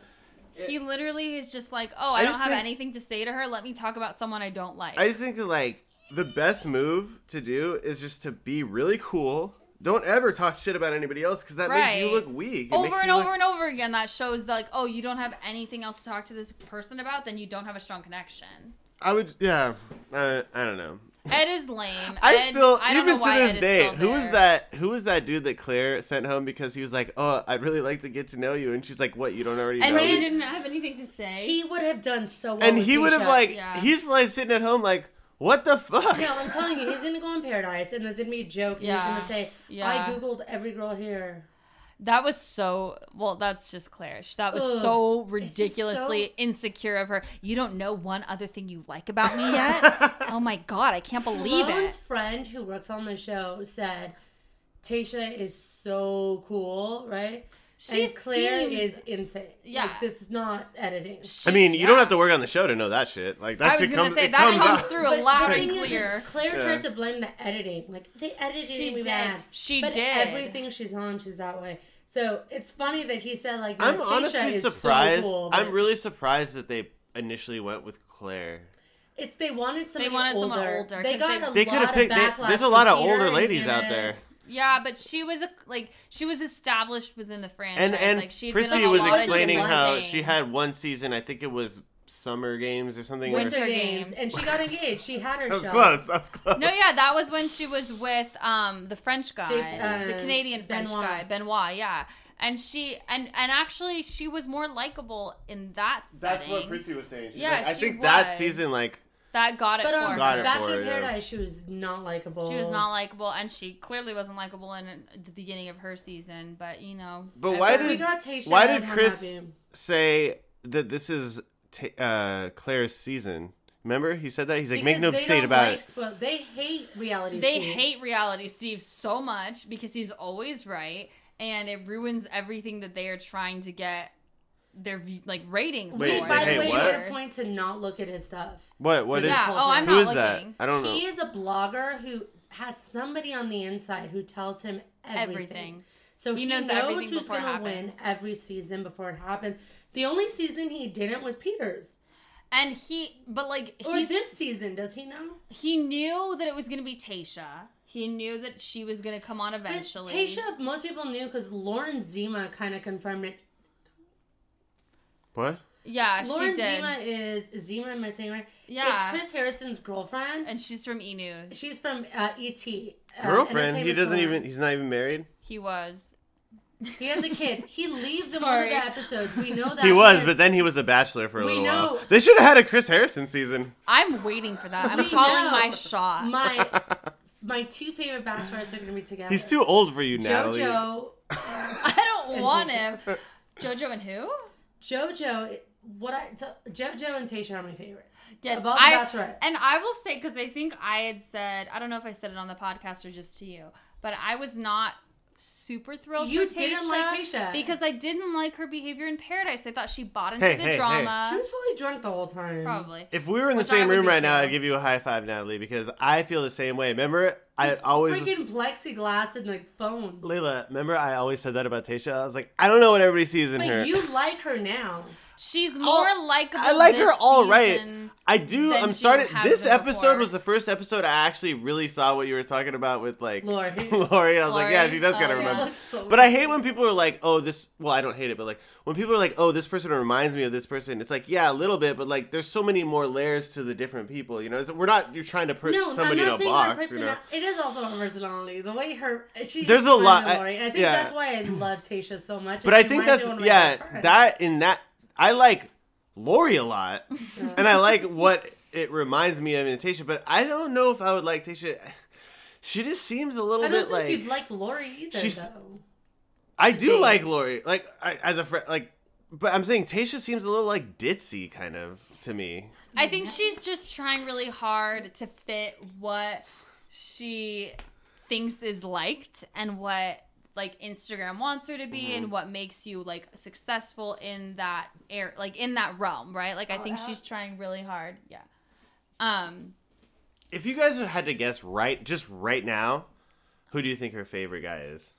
Speaker 4: he literally is just like, oh,
Speaker 2: I
Speaker 4: I, don't
Speaker 2: just
Speaker 4: have
Speaker 2: think-
Speaker 4: anything to say to her. Let me talk about someone I don't like.
Speaker 2: I just think that like the best move to do is just to be really cool. Don't ever talk shit about anybody else because that makes
Speaker 4: Right.
Speaker 2: you look weak. It
Speaker 4: over
Speaker 2: makes
Speaker 4: and
Speaker 2: you
Speaker 4: over
Speaker 2: look-
Speaker 4: and over again, that shows like, oh, you don't have anything else to talk to this person about, then you don't have a strong connection.
Speaker 2: I would, yeah. I, I don't know.
Speaker 4: Ed is lame.
Speaker 2: I
Speaker 4: Ed-
Speaker 2: still,
Speaker 4: I don't
Speaker 2: even
Speaker 4: know
Speaker 2: to
Speaker 4: why Ed
Speaker 2: this
Speaker 4: is
Speaker 2: day,
Speaker 4: still
Speaker 2: who was
Speaker 4: there.
Speaker 2: that? Who was that dude that Claire sent home because he was like, "Oh, I'd really like to get to know you," and she's like, "What? You don't already
Speaker 4: And
Speaker 2: know?"
Speaker 4: he
Speaker 2: me?"
Speaker 4: didn't have anything to say.
Speaker 3: He would have done so well.
Speaker 2: and
Speaker 3: with
Speaker 2: he would have
Speaker 3: Tisha.
Speaker 2: like,
Speaker 4: Yeah.
Speaker 2: he's probably sitting at home like, "What the fuck?"
Speaker 3: No, I'm telling you, he's gonna go on Paradise, and there's gonna be a joke, and
Speaker 4: Yeah.
Speaker 3: he's gonna say,
Speaker 4: Yeah.
Speaker 3: "I googled every girl here."
Speaker 4: That was so well. That's just Claire. She- That was
Speaker 3: Ugh.
Speaker 4: so
Speaker 3: It's just so-
Speaker 4: ridiculously insecure of her. You don't know one other thing you like about me yet. oh my god, I can't believe
Speaker 3: Sloane's
Speaker 4: it.
Speaker 3: friend who works on the show said, "Tasha is so cool, right?
Speaker 4: She
Speaker 3: and Claire
Speaker 4: seems-
Speaker 3: is insane.
Speaker 4: Yeah.
Speaker 3: like, this is not editing.
Speaker 2: I mean, you
Speaker 4: Yeah.
Speaker 2: don't have to work on the show to know that shit. Like that
Speaker 4: I was
Speaker 2: shit
Speaker 4: gonna
Speaker 2: comes,
Speaker 4: say,
Speaker 2: it
Speaker 4: that
Speaker 2: comes
Speaker 4: comes
Speaker 2: out.
Speaker 4: through a lot
Speaker 3: the
Speaker 4: of
Speaker 3: thing is,
Speaker 4: Claire.
Speaker 3: is Claire
Speaker 2: Yeah.
Speaker 3: tried to blame the editing. Like they edited
Speaker 4: She
Speaker 3: me
Speaker 4: did.
Speaker 3: bad.
Speaker 4: She
Speaker 3: but
Speaker 4: did.
Speaker 3: Everything she's on, she's that way. So it's funny that he said like,
Speaker 2: I'm
Speaker 3: "No, Tasha
Speaker 2: honestly
Speaker 3: is so
Speaker 2: surprised.
Speaker 3: cool," but
Speaker 2: I'm really surprised that they initially went with Claire.
Speaker 3: It's they wanted somebody
Speaker 4: wanted
Speaker 3: older.
Speaker 4: someone older,
Speaker 3: They
Speaker 4: 'cause
Speaker 3: got
Speaker 4: they-
Speaker 3: a
Speaker 2: They could
Speaker 3: lot
Speaker 2: have
Speaker 3: of
Speaker 2: picked.
Speaker 3: backlash.
Speaker 2: They, there's a lot of
Speaker 3: from Peter
Speaker 2: older
Speaker 3: and
Speaker 2: ladies out
Speaker 3: Hannah.
Speaker 2: there.
Speaker 4: Yeah, but she was a like she was established within the franchise.
Speaker 2: And and
Speaker 4: like, she'd
Speaker 2: Prissy
Speaker 4: been on a
Speaker 2: was
Speaker 4: lot of
Speaker 2: explaining
Speaker 4: different
Speaker 2: how
Speaker 4: things.
Speaker 2: she had one season. I think it was Summer Games or something.
Speaker 4: Winter
Speaker 2: or,
Speaker 3: Winter
Speaker 4: Games.
Speaker 3: games. and she got engaged. She had her.
Speaker 2: that was
Speaker 3: show.
Speaker 2: close. That was close.
Speaker 4: No, yeah, that was when she was with um the French guy,
Speaker 3: Jake, uh,
Speaker 4: the Canadian French
Speaker 3: Benoit.
Speaker 4: guy, Benoit. Yeah, and she and and actually she was more likable in that setting.
Speaker 2: That's what Prissy was saying. She's
Speaker 4: Yeah,
Speaker 2: like, I
Speaker 4: she
Speaker 2: think that
Speaker 4: was.
Speaker 2: season, like,
Speaker 4: That got it
Speaker 3: But
Speaker 4: for
Speaker 3: um,
Speaker 4: her.
Speaker 2: Got it for
Speaker 3: Bachelor
Speaker 2: her,
Speaker 3: in
Speaker 2: yeah.
Speaker 3: Paradise, she was not likable.
Speaker 4: She was not likable, and she clearly wasn't likable in the beginning of her season. But you know,
Speaker 2: But why
Speaker 3: We
Speaker 2: did-
Speaker 3: got Tayshia
Speaker 2: why
Speaker 3: and
Speaker 2: did
Speaker 3: her
Speaker 2: Chris-
Speaker 3: hubby.
Speaker 2: say that this is ta uh, Claire's season. Remember, he said that. He's like, make
Speaker 3: Because
Speaker 2: no
Speaker 3: they
Speaker 2: mistake
Speaker 3: don't
Speaker 2: about
Speaker 3: like
Speaker 2: it.
Speaker 3: Spo- they hate reality.
Speaker 4: they
Speaker 3: TV.
Speaker 4: hate reality Steve so much because he's always right, and it ruins everything that they are trying to get their v- like ratings.
Speaker 3: We,
Speaker 2: Wait,
Speaker 4: for.
Speaker 3: by
Speaker 2: they
Speaker 3: the
Speaker 2: hate
Speaker 3: way,
Speaker 2: what?
Speaker 3: made it a point to not look at his stuff.
Speaker 2: What? What is?
Speaker 4: Yeah.
Speaker 3: whole
Speaker 4: Oh, I'm
Speaker 2: Who
Speaker 4: not
Speaker 2: is
Speaker 4: looking.
Speaker 2: that? I don't know.
Speaker 3: He uh, is a blogger who has somebody on the inside who tells him everything.
Speaker 4: Everything.
Speaker 3: So
Speaker 4: He
Speaker 3: he,
Speaker 4: knows
Speaker 3: knows,
Speaker 4: everything
Speaker 3: who's
Speaker 4: before it
Speaker 3: going to win
Speaker 4: happens.
Speaker 3: every season before it happens. The only season he didn't was Peter's.
Speaker 4: And he, but like
Speaker 3: Or
Speaker 4: he
Speaker 3: this season, does he know?
Speaker 4: he knew that it was gonna be Tasha. He knew that she was gonna come on
Speaker 3: But
Speaker 4: eventually.
Speaker 3: Tasha, most people knew because Lauren Zima kind of confirmed it.
Speaker 2: What?
Speaker 4: yeah,
Speaker 3: Lauren
Speaker 4: she did,
Speaker 3: Zima is Zima. Am I saying it right?
Speaker 4: Yeah.
Speaker 3: it's Chris Harrison's girlfriend.
Speaker 4: and she's from E News.
Speaker 3: She's from uh, ET. uh,
Speaker 2: Girlfriend? He
Speaker 3: Entertainment
Speaker 2: doesn't
Speaker 3: Tonight.
Speaker 2: even. He's not even married.
Speaker 4: He was.
Speaker 3: He has a kid. He leaves in one of
Speaker 4: Sorry.
Speaker 3: the episodes. We know that
Speaker 2: He was,
Speaker 3: because-
Speaker 2: but then he was a bachelor for a
Speaker 3: We
Speaker 2: little
Speaker 3: know.
Speaker 2: while. They should have had a Chris Harrison season.
Speaker 4: I'm waiting for that. I'm
Speaker 3: We
Speaker 4: calling
Speaker 3: know.
Speaker 4: my shot.
Speaker 3: my my two favorite bachelorettes are going to be together.
Speaker 2: He's too old for you, Natalie.
Speaker 3: JoJo.
Speaker 4: I don't want him. JoJo and who?
Speaker 3: JoJo. What I so JoJo and Tayshia are my favorites.
Speaker 4: Yes,
Speaker 3: Of all the
Speaker 4: I,
Speaker 3: bachelorettes.
Speaker 4: And I will say because I think I had said I don't know if I said it on the podcast or just to you, but I was not super thrilled.
Speaker 3: You
Speaker 4: for
Speaker 3: didn't
Speaker 4: Tayshia
Speaker 3: like Tayshia.
Speaker 4: because I didn't like her behavior in Paradise. I thought she bought into
Speaker 2: Hey,
Speaker 4: the
Speaker 2: hey, hey.
Speaker 4: drama.
Speaker 3: she was probably drunk the whole time.
Speaker 4: Probably.
Speaker 2: If we were in the
Speaker 4: Which I
Speaker 2: same
Speaker 4: would
Speaker 2: room
Speaker 4: be
Speaker 2: right now,
Speaker 4: too.
Speaker 2: I'd give you a high five, Natalie, because I feel the same way. Remember, I always was-
Speaker 3: freaking plexiglass and like phones.
Speaker 2: Layla. Remember, I always said that about Tasha. I was like, I don't know what everybody sees in
Speaker 3: but
Speaker 2: her.
Speaker 3: you like her now. Oh,
Speaker 4: She's more likable.
Speaker 2: I like her
Speaker 4: this
Speaker 2: all right.
Speaker 4: season.
Speaker 2: I do.
Speaker 4: than
Speaker 2: I'm
Speaker 4: she
Speaker 2: starting.
Speaker 4: has
Speaker 2: This
Speaker 4: been
Speaker 2: episode
Speaker 4: before.
Speaker 2: was the first episode I actually really saw what you were talking about with like
Speaker 3: Lori.
Speaker 2: Lori. I was like, yeah,
Speaker 4: Lori.
Speaker 2: she does kind
Speaker 4: Oh,
Speaker 2: of
Speaker 4: yeah.
Speaker 2: remember.
Speaker 3: Looks so
Speaker 2: But I hate when people are like, oh, this. Well, I don't hate it, but like when people are like, oh, this person reminds me of this person. It's like, yeah, a little bit, but like there's so many more layers to the different people. You know, So we're not. You're trying to put
Speaker 3: No, I'm
Speaker 2: somebody in a
Speaker 3: not saying her
Speaker 2: box. You
Speaker 3: personality.
Speaker 2: know?
Speaker 3: It is also her personality. The way her she
Speaker 2: There's a lot- I-
Speaker 3: I, I think
Speaker 2: yeah.
Speaker 3: that's why I love Tasha so much.
Speaker 2: But
Speaker 3: and
Speaker 2: I
Speaker 3: she
Speaker 2: think
Speaker 3: reminds
Speaker 2: that's
Speaker 3: me of one of my best
Speaker 2: yeah.
Speaker 3: friends.
Speaker 2: That in that I like Lori a lot, and I like what it reminds me of in Tasha. But I don't know if I would like Tasha. She just seems a little
Speaker 3: I
Speaker 2: bit
Speaker 3: don't think
Speaker 2: like
Speaker 3: you'd like Lori either.
Speaker 2: she's-
Speaker 3: though.
Speaker 2: I do
Speaker 3: date.
Speaker 2: like Lori, like I, as a friend, like. But I'm saying Tasha seems a little like ditzy, kind of to me.
Speaker 4: I think she's just trying really hard to fit what she thinks is liked and what like Instagram wants her to be
Speaker 2: Mm-hmm.
Speaker 4: and what makes you like successful in that air like in that realm, right? Like I think she's trying really hard. Yeah. Um
Speaker 2: If you guys had to guess right, just right now, who do you think her favorite guy is?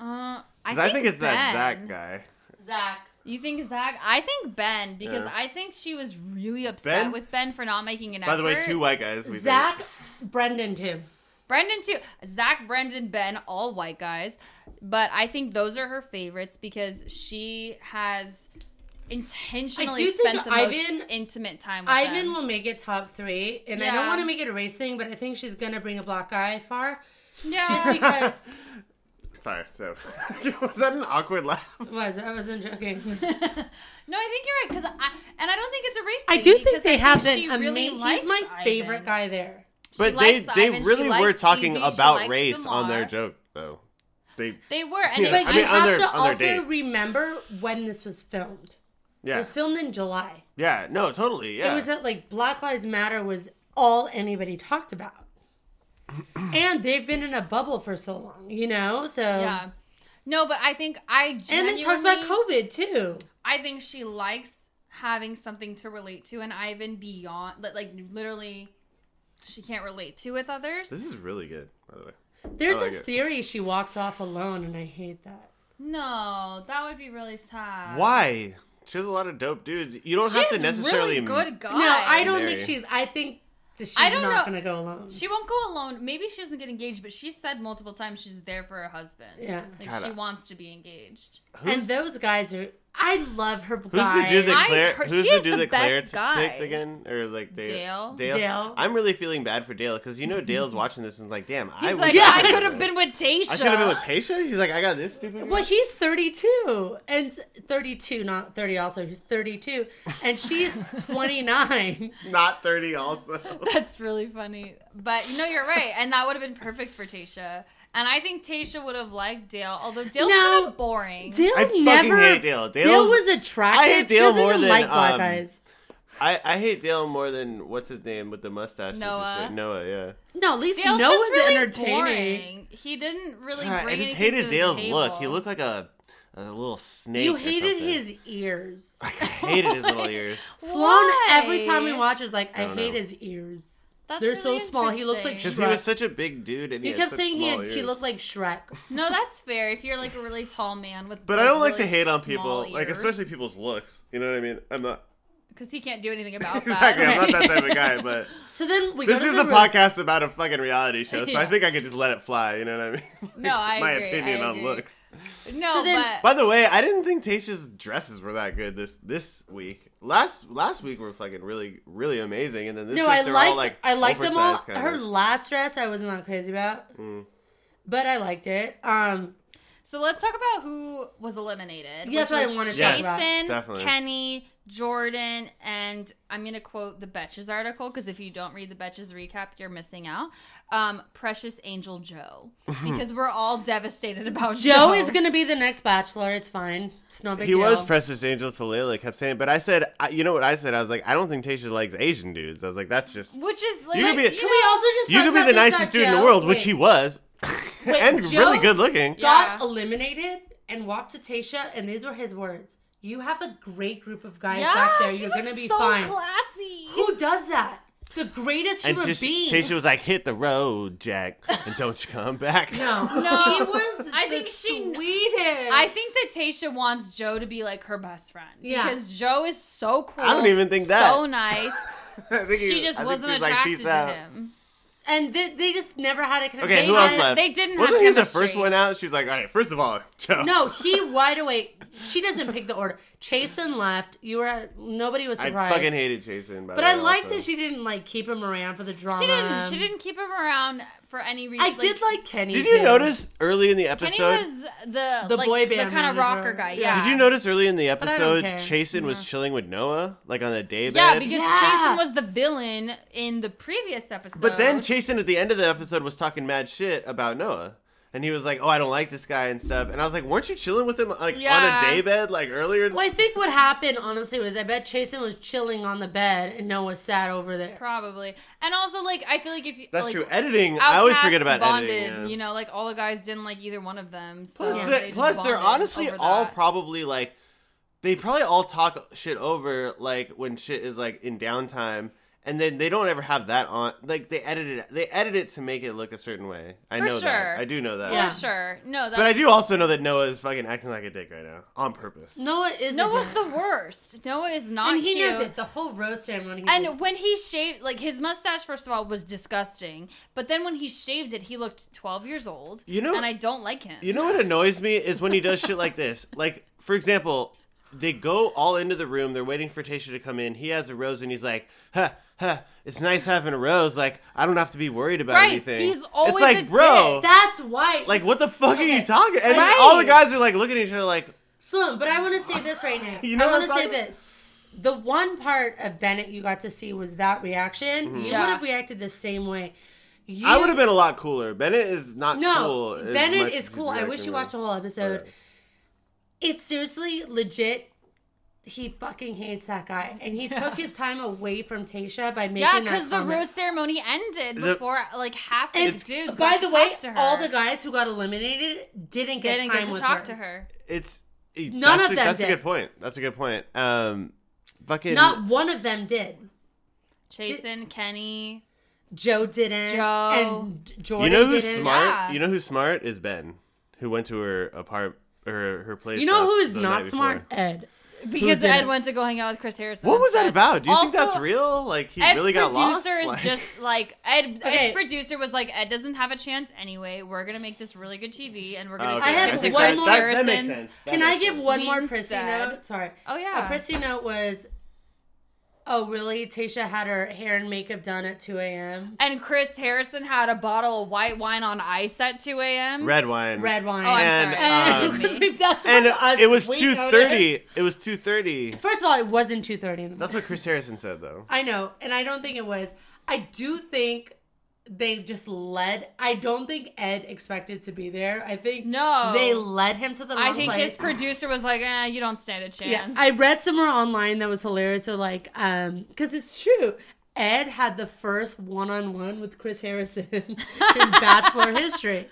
Speaker 4: uh, I,
Speaker 2: 'Cause
Speaker 4: think
Speaker 2: I think it's that
Speaker 4: Ben.
Speaker 2: Zach guy.
Speaker 4: Zach. You think Zach? I think Ben because
Speaker 2: Yeah.
Speaker 4: I think she was really upset
Speaker 2: Ben?
Speaker 4: with Ben for not making an
Speaker 2: By the way,
Speaker 4: effort.
Speaker 2: two white guys. We think.
Speaker 3: Zach, Brendan too.
Speaker 4: Brendan too. Zach, Brendan, Ben, all white guys. But I think those are her favorites because she has
Speaker 3: I
Speaker 4: intentionally
Speaker 3: do think
Speaker 4: spent the
Speaker 3: Ivan-
Speaker 4: most intimate time with
Speaker 3: Ivan
Speaker 4: them.
Speaker 3: will make it top three, and I don't
Speaker 4: Yeah.
Speaker 3: want to make it a race thing, but I think she's gonna bring a black guy far.
Speaker 4: Yeah.
Speaker 3: Just because
Speaker 2: Sorry. So was that an awkward laugh?
Speaker 3: was I wasn't joking.
Speaker 4: no, I think you're right because I and I don't think it's a race.
Speaker 3: I
Speaker 4: thing
Speaker 3: do
Speaker 4: because
Speaker 3: think they have
Speaker 4: she
Speaker 3: been
Speaker 4: really
Speaker 3: amazing.
Speaker 4: likes
Speaker 3: He's my
Speaker 4: Ivan.
Speaker 3: favorite guy there.
Speaker 4: She
Speaker 2: But they
Speaker 4: likes
Speaker 2: they
Speaker 4: Ivan, she
Speaker 2: really were
Speaker 4: likes
Speaker 2: talking
Speaker 4: Evie, she
Speaker 2: about
Speaker 4: likes
Speaker 2: race on their
Speaker 4: Damar.
Speaker 2: joke though. They
Speaker 4: They were, and
Speaker 2: Yeah.
Speaker 4: they,
Speaker 2: I
Speaker 3: But you
Speaker 2: mean, on
Speaker 3: have
Speaker 2: their-
Speaker 3: to
Speaker 2: on their
Speaker 3: also
Speaker 2: date.
Speaker 3: remember when this was filmed. It
Speaker 2: yeah
Speaker 3: was filmed in July.
Speaker 2: yeah no totally yeah
Speaker 3: It was that like Black Lives Matter was all anybody talked about. and they've been in a bubble for so long, you know? So
Speaker 4: yeah. No, but I think I
Speaker 3: and
Speaker 4: genuinely
Speaker 3: it talks about COVID too.
Speaker 4: I think she likes having something to relate to and Ivan beyond li- like literally she can't relate to with others.
Speaker 2: This is really good by the way.
Speaker 3: There's
Speaker 2: I like
Speaker 3: a
Speaker 2: it.
Speaker 3: theory she walks off alone and I hate that.
Speaker 4: No, that would be really sad.
Speaker 2: Why? She has a lot of dope dudes. You don't
Speaker 4: Um, She
Speaker 2: have to
Speaker 4: has
Speaker 2: necessarily.
Speaker 4: really good guys.
Speaker 3: No, I don't
Speaker 2: Mary.
Speaker 3: think she's I think that she's
Speaker 4: I don't
Speaker 3: not
Speaker 4: know.
Speaker 3: gonna go alone.
Speaker 4: She won't go alone. Maybe she doesn't get engaged, but she said multiple times she's there for her husband.
Speaker 3: Yeah.
Speaker 4: like
Speaker 2: God,
Speaker 4: she
Speaker 2: I-
Speaker 4: wants to be engaged.
Speaker 3: and those guys are I love her
Speaker 2: Who's
Speaker 3: guy.
Speaker 2: the dude that
Speaker 4: I
Speaker 2: Claire?
Speaker 4: heard-
Speaker 2: who's
Speaker 4: she
Speaker 2: the
Speaker 4: is
Speaker 2: dude
Speaker 4: the
Speaker 2: that Claire
Speaker 4: best
Speaker 2: t- picked
Speaker 4: guys.
Speaker 2: again? Or like they,
Speaker 4: Dale?
Speaker 2: Dale?
Speaker 3: Dale.
Speaker 2: I'm really feeling bad for Dale because you know Dale's watching this and like, damn, I
Speaker 4: He's
Speaker 2: wish
Speaker 4: like,
Speaker 3: Yeah.
Speaker 4: I
Speaker 2: was
Speaker 4: could have
Speaker 2: there."
Speaker 4: been with Tasha.
Speaker 2: I could have been with Tasha. He's like, I got this stupid. girl."
Speaker 3: Well, he's 32 and s- 32, not 30 also. He's 32 and she's 29.
Speaker 2: Not thirty, also.
Speaker 4: That's really funny. But no, you're right, and that would have been perfect for Tasha. And I think Tasha would have liked Dale, although Dale's
Speaker 3: No.
Speaker 4: kind of boring.
Speaker 3: Dale
Speaker 2: I fucking
Speaker 3: never
Speaker 2: hate Dale.
Speaker 3: Dale
Speaker 2: Dale's-
Speaker 3: was attractive.
Speaker 2: I hate
Speaker 3: she
Speaker 2: Dale
Speaker 3: doesn't
Speaker 2: more
Speaker 3: even
Speaker 2: than,
Speaker 3: like black
Speaker 2: um,
Speaker 3: guys.
Speaker 2: I, I hate Dale more than what's his name with the mustache. that
Speaker 4: Noah.
Speaker 2: just- Noah, yeah.
Speaker 3: No, at least
Speaker 4: Dale's
Speaker 3: Noah
Speaker 4: just
Speaker 3: was
Speaker 4: really
Speaker 3: entertaining.
Speaker 4: boring. He didn't really.
Speaker 2: God,
Speaker 4: bring
Speaker 2: I just
Speaker 4: anything
Speaker 2: hated
Speaker 4: to the
Speaker 2: Dale's
Speaker 4: table.
Speaker 2: look. He looked like a, a little snake.
Speaker 3: You
Speaker 2: or
Speaker 3: hated
Speaker 2: something.
Speaker 3: his ears.
Speaker 2: I hated his little ears.
Speaker 3: Sloan, every time we
Speaker 4: Why?
Speaker 3: watch, is like, I,
Speaker 2: don't
Speaker 3: hate
Speaker 2: know.
Speaker 3: his ears.
Speaker 4: That's
Speaker 3: They're so
Speaker 4: really
Speaker 3: small. He looks like
Speaker 4: interesting.
Speaker 2: Because he was
Speaker 3: Shrek.
Speaker 2: such a big dude, and he,
Speaker 3: You
Speaker 2: had
Speaker 3: kept
Speaker 2: such
Speaker 3: saying he
Speaker 2: small
Speaker 3: had, he
Speaker 2: ears.
Speaker 3: looked like Shrek.
Speaker 4: No, that's fair. If you're like a really tall man with,
Speaker 2: But I don't like to hate on people, like especially people's looks. You know what I mean? I'm not
Speaker 4: because he can't do anything about
Speaker 2: exactly.
Speaker 4: that.
Speaker 2: I'm not that type of guy. But
Speaker 3: So then we
Speaker 2: this
Speaker 3: go to
Speaker 2: is
Speaker 3: the
Speaker 2: a
Speaker 3: room.
Speaker 2: podcast about a fucking reality show, so I
Speaker 4: Yeah.
Speaker 2: think I could just let it fly. You know what I mean?
Speaker 4: No, I
Speaker 2: my
Speaker 4: agree,
Speaker 2: opinion
Speaker 4: I
Speaker 2: on
Speaker 4: agree.
Speaker 2: looks.
Speaker 4: No,
Speaker 3: So then-
Speaker 4: but
Speaker 2: By the way, I didn't think Tasha's dresses were that good this this week. Last last week were fucking really really amazing, and then this
Speaker 3: No,
Speaker 2: week
Speaker 3: I
Speaker 2: they're
Speaker 3: liked
Speaker 2: all like
Speaker 3: I liked them all.
Speaker 2: oversized kind
Speaker 3: Her
Speaker 2: of. Mm.
Speaker 3: last dress I was not crazy about. But I liked it. Um
Speaker 4: So let's talk about who was eliminated.
Speaker 3: Yeah, that's
Speaker 4: which
Speaker 3: what I
Speaker 4: was
Speaker 3: wanted to
Speaker 2: talk
Speaker 4: Jason,
Speaker 2: about. Yes, definitely.
Speaker 4: Kenny, Jordan, and I'm gonna quote the Betches article because if you don't read the Betches recap, you're missing out. Um, Precious Angel Joe, because we're all devastated about Joe.
Speaker 3: Joe is gonna be the next bachelor. It's fine. It's no big
Speaker 2: He
Speaker 3: deal.
Speaker 2: was Precious Angel to Layla, kept saying, but I said, I, you know what I said? I was like, I don't think Tasha likes Asian dudes. I was like, that's just,
Speaker 4: which is like
Speaker 2: You could be a-
Speaker 4: you
Speaker 3: Can
Speaker 4: know-
Speaker 3: we also just
Speaker 2: you
Speaker 3: talk
Speaker 2: could be
Speaker 3: about
Speaker 2: the
Speaker 3: this, uh,
Speaker 2: nicest dude in the
Speaker 3: Joe-
Speaker 2: world, which
Speaker 3: wait.
Speaker 2: he was,
Speaker 3: Wait,
Speaker 2: and
Speaker 3: Joe
Speaker 2: really good looking.
Speaker 3: got
Speaker 4: Yeah.
Speaker 3: eliminated and walked to Tasha, and these were his words. You have a great group of guys
Speaker 4: yeah,
Speaker 3: back there.
Speaker 4: he
Speaker 3: You're
Speaker 4: was
Speaker 3: gonna be
Speaker 4: so
Speaker 3: fine.
Speaker 4: Classy.
Speaker 3: Who does that? The greatest
Speaker 2: And
Speaker 3: human
Speaker 2: Tasha,
Speaker 3: being.
Speaker 2: Tasha was like, hit the road, Jack, and don't you come back.
Speaker 3: no,
Speaker 4: No.
Speaker 3: he was.
Speaker 4: I
Speaker 3: the
Speaker 4: think she kn-
Speaker 3: sweetest.
Speaker 4: I think that Tasha wants Joe to be like her best friend.
Speaker 3: Yeah.
Speaker 4: Because Joe is so cool.
Speaker 2: I don't even think that.
Speaker 4: So nice.
Speaker 2: I think he-
Speaker 4: She just
Speaker 2: I think
Speaker 4: wasn't
Speaker 2: she was like,
Speaker 4: attracted
Speaker 2: "Peace
Speaker 4: to
Speaker 2: out."
Speaker 4: him.
Speaker 3: and they, they just never had a connection.
Speaker 2: Okay, who
Speaker 4: They
Speaker 2: else
Speaker 4: had-
Speaker 2: left?
Speaker 4: they didn't have
Speaker 2: Wasn't he the
Speaker 4: chemistry.
Speaker 2: first one out? She's like, all right, first of all, Joe.
Speaker 3: No, he wide awake. She doesn't pick the order. Chasen left. You were nobody was
Speaker 2: I
Speaker 3: surprised.
Speaker 2: fucking hated Jason. By
Speaker 3: but
Speaker 2: the
Speaker 3: I
Speaker 2: way,
Speaker 3: like
Speaker 2: also.
Speaker 3: that she didn't like keep him around for the drama.
Speaker 4: She didn't. She didn't keep him around for any reason.
Speaker 3: Um, I did like Kenny.
Speaker 2: Did you
Speaker 3: too.
Speaker 2: notice early in the
Speaker 4: Kenny
Speaker 2: episode?
Speaker 4: was the
Speaker 3: The
Speaker 4: like,
Speaker 3: boy
Speaker 4: the
Speaker 3: band
Speaker 4: kind of
Speaker 3: manager.
Speaker 4: rocker guy.
Speaker 3: Did
Speaker 4: Yeah.
Speaker 2: Did you notice early in the
Speaker 3: I don't
Speaker 2: episode,
Speaker 3: care.
Speaker 2: Chasen was chilling with Noah, like on a daybed?
Speaker 4: Yeah, because
Speaker 3: Yeah.
Speaker 4: Jason was the villain in the previous episode.
Speaker 2: But then Chasen at the end of the episode was talking mad shit about Noah. And he was like, "Oh, I don't like this guy and stuff." And I was like, "Weren't you chilling with him like
Speaker 4: Yeah.
Speaker 2: on a daybed like earlier?"
Speaker 3: Well, I think what happened honestly was I bet Chasen was chilling on the bed and Noah sat over there.
Speaker 4: probably, and also like I feel like if you
Speaker 2: That's
Speaker 4: like,
Speaker 2: true. Editing, I always
Speaker 4: Outkast
Speaker 2: forget about
Speaker 4: bonded,
Speaker 2: editing. yeah.
Speaker 4: You know, like all the guys didn't like either one of them. So
Speaker 2: Plus,
Speaker 4: they
Speaker 2: they,
Speaker 4: just
Speaker 2: plus they're
Speaker 4: bonded
Speaker 2: honestly
Speaker 4: over
Speaker 2: all
Speaker 4: that.
Speaker 2: probably like they probably all talk shit over like when shit is like in downtime, and then they don't ever have that on. Like they edit it, they edit it to make it look a certain way. I
Speaker 4: For
Speaker 2: know that.
Speaker 4: sure.
Speaker 2: I do know that.
Speaker 4: For
Speaker 3: Yeah.
Speaker 4: sure. No, that's,
Speaker 2: But I do also know that Noah is fucking acting like a dick right now on purpose.
Speaker 3: Noah is a
Speaker 4: Noah's
Speaker 3: dick.
Speaker 4: the worst. Noah is not
Speaker 3: and he
Speaker 4: cute.
Speaker 3: knows it. The whole roast ceremony. He
Speaker 4: And when he shaved, like his mustache, first of all, was disgusting. But then when he shaved it, he looked 12 years old.
Speaker 2: You know-
Speaker 4: and I don't like him.
Speaker 2: You know what annoys me is when he does shit like this. Like, for example, they go all into the room. They're waiting for Tasha to come in. He has a rose, and he's like, "Huh, huh. It's nice having a rose. Like, I don't have to be worried about
Speaker 4: Right,
Speaker 2: anything."
Speaker 4: he's always
Speaker 2: it's like,
Speaker 4: a
Speaker 2: bro,
Speaker 4: dick.
Speaker 3: that's why.
Speaker 2: like what the fuck are you
Speaker 3: Okay.
Speaker 2: talking? And
Speaker 4: Right.
Speaker 2: all the guys are like looking at each other, like,
Speaker 3: Slim, but I want to say this right now.
Speaker 2: You know
Speaker 3: I
Speaker 2: what
Speaker 3: want
Speaker 2: I'm
Speaker 3: to say
Speaker 2: talking about?
Speaker 3: this. The one part of Bennett you got to see was that reaction. You
Speaker 4: Yeah.
Speaker 3: would have reacted the same way. You,
Speaker 2: Mm-hmm. "I would have been a lot cooler." Bennett is not cool.
Speaker 3: No,
Speaker 2: as much
Speaker 3: Bennett
Speaker 2: as Oh,
Speaker 3: is
Speaker 2: he's
Speaker 3: cool. I wish
Speaker 2: reacting
Speaker 3: you
Speaker 2: to.
Speaker 3: watched the whole episode.
Speaker 2: Alright.
Speaker 3: It's seriously legit. He fucking hates that guy, and he took his time away from Tasha by making
Speaker 4: yeah,
Speaker 3: that
Speaker 4: because the
Speaker 3: comment.
Speaker 4: rose ceremony ended
Speaker 2: The-
Speaker 4: before like half the
Speaker 3: And
Speaker 4: dudes.
Speaker 3: by
Speaker 4: got
Speaker 3: the
Speaker 4: to
Speaker 3: way,
Speaker 4: talk to her.
Speaker 3: all the guys who got eliminated didn't get
Speaker 4: didn't
Speaker 3: time
Speaker 4: get to
Speaker 3: with
Speaker 4: talk
Speaker 3: her.
Speaker 4: to her.
Speaker 2: It's none
Speaker 3: None
Speaker 2: that's
Speaker 3: of
Speaker 2: a,
Speaker 3: them
Speaker 2: That's
Speaker 3: did.
Speaker 2: a good point. That's a good point. Um, fucking
Speaker 3: Not one of them did.
Speaker 4: Jason, Kenny,
Speaker 3: Joe didn't.
Speaker 4: Joe.
Speaker 3: and J-
Speaker 2: You
Speaker 3: Jordan
Speaker 2: know who's
Speaker 3: didn't.
Speaker 2: smart?
Speaker 4: Yeah.
Speaker 2: You know who's smart is Ben, who went to her apart or her place.
Speaker 3: You know
Speaker 2: last-
Speaker 3: who is
Speaker 2: the
Speaker 3: not
Speaker 2: night
Speaker 3: smart?
Speaker 2: before.
Speaker 3: Ed.
Speaker 4: because
Speaker 3: didn't?
Speaker 4: Ed went to go hang out with Chris Harrison.
Speaker 2: What was that
Speaker 4: instead.
Speaker 2: about? Do you think
Speaker 4: Also,
Speaker 2: that's real? Like he
Speaker 4: Ed's
Speaker 2: really got lost.
Speaker 4: producer is
Speaker 2: Like-
Speaker 4: just like Ed.
Speaker 3: Okay.
Speaker 4: Ed's producer was like Ed doesn't have a chance anyway. We're gonna make this really good TV, and we're gonna.
Speaker 2: Oh,
Speaker 4: take
Speaker 2: okay.
Speaker 3: I have
Speaker 4: him to
Speaker 2: think
Speaker 3: one
Speaker 4: Chris
Speaker 3: more-
Speaker 2: That, that makes
Speaker 4: Harrison's
Speaker 2: sense. That
Speaker 3: Can
Speaker 2: makes
Speaker 3: I give
Speaker 2: sense.
Speaker 3: one more
Speaker 4: Sweeney
Speaker 3: prissy
Speaker 4: said-
Speaker 3: note? Sorry.
Speaker 4: Oh, yeah.
Speaker 3: A prissy note was, oh really? Tasha had her hair and makeup done at 2 a.m.
Speaker 4: And Chris Harrison had a bottle of white wine on ice at 2 a.m.
Speaker 2: red wine?
Speaker 3: Red wine.
Speaker 4: Oh, I'm
Speaker 2: And,
Speaker 4: sorry.
Speaker 3: and
Speaker 2: um,
Speaker 4: Excuse me.
Speaker 3: that's
Speaker 2: And
Speaker 3: what us
Speaker 2: it was
Speaker 3: we
Speaker 2: two thirty. It was two thirty.
Speaker 3: noticed. First of all, it wasn't 2:30 in the morning.
Speaker 2: That's what Chris Harrison said though.
Speaker 3: I know, and I don't think it was. I do think they just led. I don't think Ed expected to be there. I think
Speaker 4: No.
Speaker 3: they led him to the wrong
Speaker 4: I think
Speaker 3: place.
Speaker 4: his producer was like, eh, you don't stand a chance.
Speaker 3: "Ah." yeah, I read somewhere online that was hilarious. So like, um, because it's true. Ed had the first one-on-one with Chris Harrison in Bachelor history.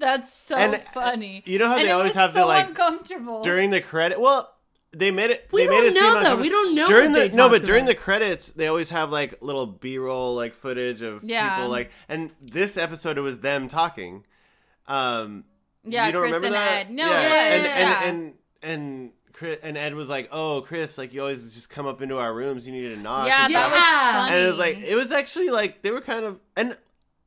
Speaker 4: That's so
Speaker 2: And, uh,
Speaker 4: funny.
Speaker 2: you know how
Speaker 4: And
Speaker 2: they
Speaker 4: it
Speaker 2: always
Speaker 4: was
Speaker 2: have
Speaker 4: so
Speaker 2: the, like,
Speaker 4: uncomfortable.
Speaker 2: during the credit. Well, they made it.
Speaker 3: We
Speaker 2: they made
Speaker 3: don't
Speaker 2: it seem
Speaker 3: know,
Speaker 2: like
Speaker 3: though. We don't know
Speaker 2: during
Speaker 3: what
Speaker 2: the
Speaker 3: they
Speaker 2: no, but
Speaker 3: talked
Speaker 2: during
Speaker 3: about.
Speaker 2: the credits, they always have like little B roll like footage of
Speaker 4: Yeah.
Speaker 2: people like. And this episode, it was them talking. Um,
Speaker 4: yeah,
Speaker 2: you don't
Speaker 4: Chris
Speaker 2: remember
Speaker 4: and
Speaker 2: that?
Speaker 4: Ed. No,
Speaker 2: yeah.
Speaker 4: yeah,
Speaker 2: and,
Speaker 4: yeah, yeah.
Speaker 2: and and and. Chris, and Ed was like, "Oh, Chris, like you always just come up into our rooms. You need to knock."
Speaker 4: yeah,
Speaker 2: and
Speaker 3: Yeah.
Speaker 2: stuff."
Speaker 4: that was funny.
Speaker 2: uh, and it was like it was actually like they were kind of and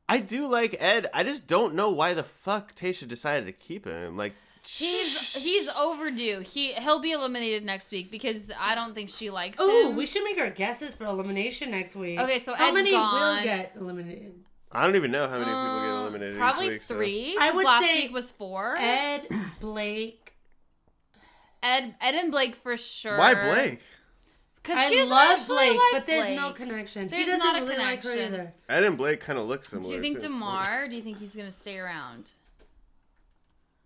Speaker 2: I do like Ed. I just don't know why the fuck Tasha decided to keep him. Like
Speaker 4: he's he's overdue. He he'll be eliminated next week because I don't think she likes
Speaker 3: Ooh,
Speaker 4: him.
Speaker 3: we should make our guesses for elimination next week.
Speaker 4: Okay, so
Speaker 3: how
Speaker 4: Ed's
Speaker 3: many will
Speaker 4: gone.
Speaker 3: get eliminated?
Speaker 2: I don't even know how many people
Speaker 3: Uh,
Speaker 2: get eliminated. each
Speaker 4: Probably
Speaker 2: week, so-
Speaker 4: three.
Speaker 3: I
Speaker 4: 'cause
Speaker 3: would
Speaker 4: last
Speaker 3: say
Speaker 4: week was four. Ed,
Speaker 3: Ed Blake.
Speaker 4: Ed, and Blake for sure.
Speaker 2: Why Blake?
Speaker 4: Because
Speaker 3: I
Speaker 4: she
Speaker 3: love Blake, but there's no connection. he doesn't
Speaker 4: There's not a
Speaker 3: really like her
Speaker 4: connection.
Speaker 3: either.
Speaker 2: Ed and Blake kind of look similar.
Speaker 4: Do you think
Speaker 2: too.
Speaker 4: Demar? Do you think he's gonna stay around?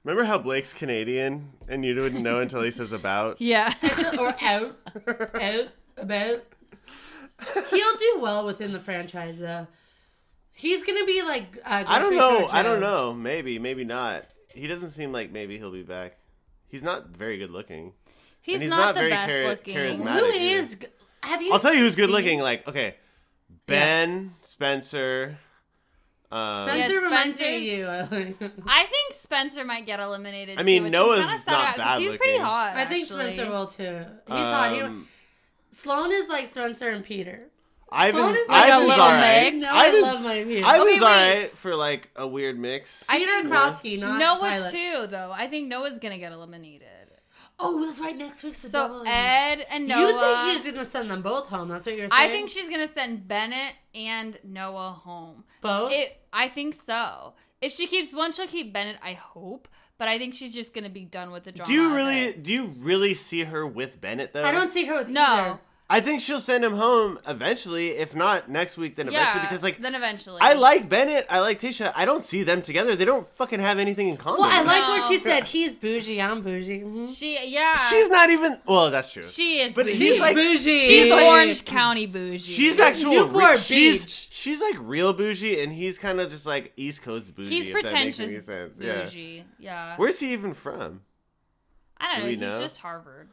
Speaker 2: Remember how Blake's Canadian and you wouldn't know until he says about?
Speaker 4: Yeah.
Speaker 3: or out, out, about. He'll do well within the franchise, though. He's gonna be like. Uh,
Speaker 2: I don't
Speaker 3: grocery
Speaker 2: know.
Speaker 3: store
Speaker 2: I don't
Speaker 3: Joe.
Speaker 2: know. Maybe, maybe not. He doesn't seem like maybe he'll be back. He's not very good looking.
Speaker 4: He's,
Speaker 2: he's
Speaker 4: not,
Speaker 2: not
Speaker 4: the
Speaker 2: very
Speaker 4: best
Speaker 2: chari-
Speaker 4: looking.
Speaker 2: charismatic.
Speaker 3: Who
Speaker 2: Matic here.
Speaker 3: is? Have you?
Speaker 2: I'll tell you who's good
Speaker 3: seen-
Speaker 2: looking. Like, okay, Ben, Spencer. Um,
Speaker 3: Spencer
Speaker 4: Yeah,
Speaker 3: reminds
Speaker 4: Spencer's-
Speaker 3: me of you.
Speaker 4: I think Spencer might get eliminated.
Speaker 2: I mean,
Speaker 4: too, which
Speaker 2: Noah's
Speaker 4: I'm kinda sad
Speaker 2: not
Speaker 4: about 'cause
Speaker 2: bad
Speaker 4: He's pretty
Speaker 2: looking.
Speaker 4: hot.
Speaker 3: I think
Speaker 4: actually.
Speaker 3: Spencer will too. He's hot. He,
Speaker 2: um,
Speaker 3: Sloan is like Spencer and Peter.
Speaker 2: Ivan's,
Speaker 3: Sloan is like
Speaker 4: a
Speaker 2: Ivan's
Speaker 4: little
Speaker 2: all right.
Speaker 4: Meg.
Speaker 3: No,
Speaker 2: Ivan's,
Speaker 3: I love my Peter.
Speaker 2: Ivan's
Speaker 4: Okay, wait.
Speaker 2: all right for like a weird mix.
Speaker 4: I
Speaker 3: Peter
Speaker 4: think
Speaker 3: Krotsky, not
Speaker 4: Noah
Speaker 3: Pilot.
Speaker 4: too, though. I think Noah's gonna get eliminated.
Speaker 3: Oh, that's right. Next week's the
Speaker 4: So
Speaker 3: double. E.
Speaker 4: Ed and Noah.
Speaker 3: You think he's gonna send them both home? That's what you're
Speaker 4: I
Speaker 3: saying.
Speaker 4: think she's gonna send Bennett and Noah home.
Speaker 3: both.
Speaker 4: It, I think so. If she keeps one, she'll keep Bennett. I hope, but I think she's just gonna be done with the drama.
Speaker 2: do you
Speaker 4: of
Speaker 2: really?
Speaker 4: it.
Speaker 2: Do you really see her with Bennett though?
Speaker 3: I don't see her with
Speaker 4: No.
Speaker 3: either.
Speaker 2: I think she'll send him home eventually. If not next week, then
Speaker 4: Yeah,
Speaker 2: eventually. Because like,
Speaker 4: then eventually,
Speaker 2: I like Bennett, I like Tisha. I don't see them together. They don't fucking have anything in common.
Speaker 3: Well, I like
Speaker 4: No.
Speaker 3: what she said. He's bougie. I'm bougie. Mhm.
Speaker 4: She, yeah,
Speaker 2: She's not even. Well, that's true.
Speaker 4: she is,
Speaker 2: But
Speaker 4: bougie.
Speaker 2: he's like-
Speaker 3: bougie.
Speaker 4: she's Orange County bougie.
Speaker 2: She's actual.
Speaker 3: Newport
Speaker 2: re- she's,
Speaker 3: Beach.
Speaker 2: she's like real bougie, and he's kind of just like East Coast bougie.
Speaker 4: he's
Speaker 2: if
Speaker 4: pretentious
Speaker 2: That makes any sense. Yeah.
Speaker 4: bougie. Yeah,
Speaker 2: Where's he even from?
Speaker 4: I
Speaker 2: do
Speaker 4: don't know.
Speaker 2: we
Speaker 4: He's
Speaker 2: know?
Speaker 4: just Harvard.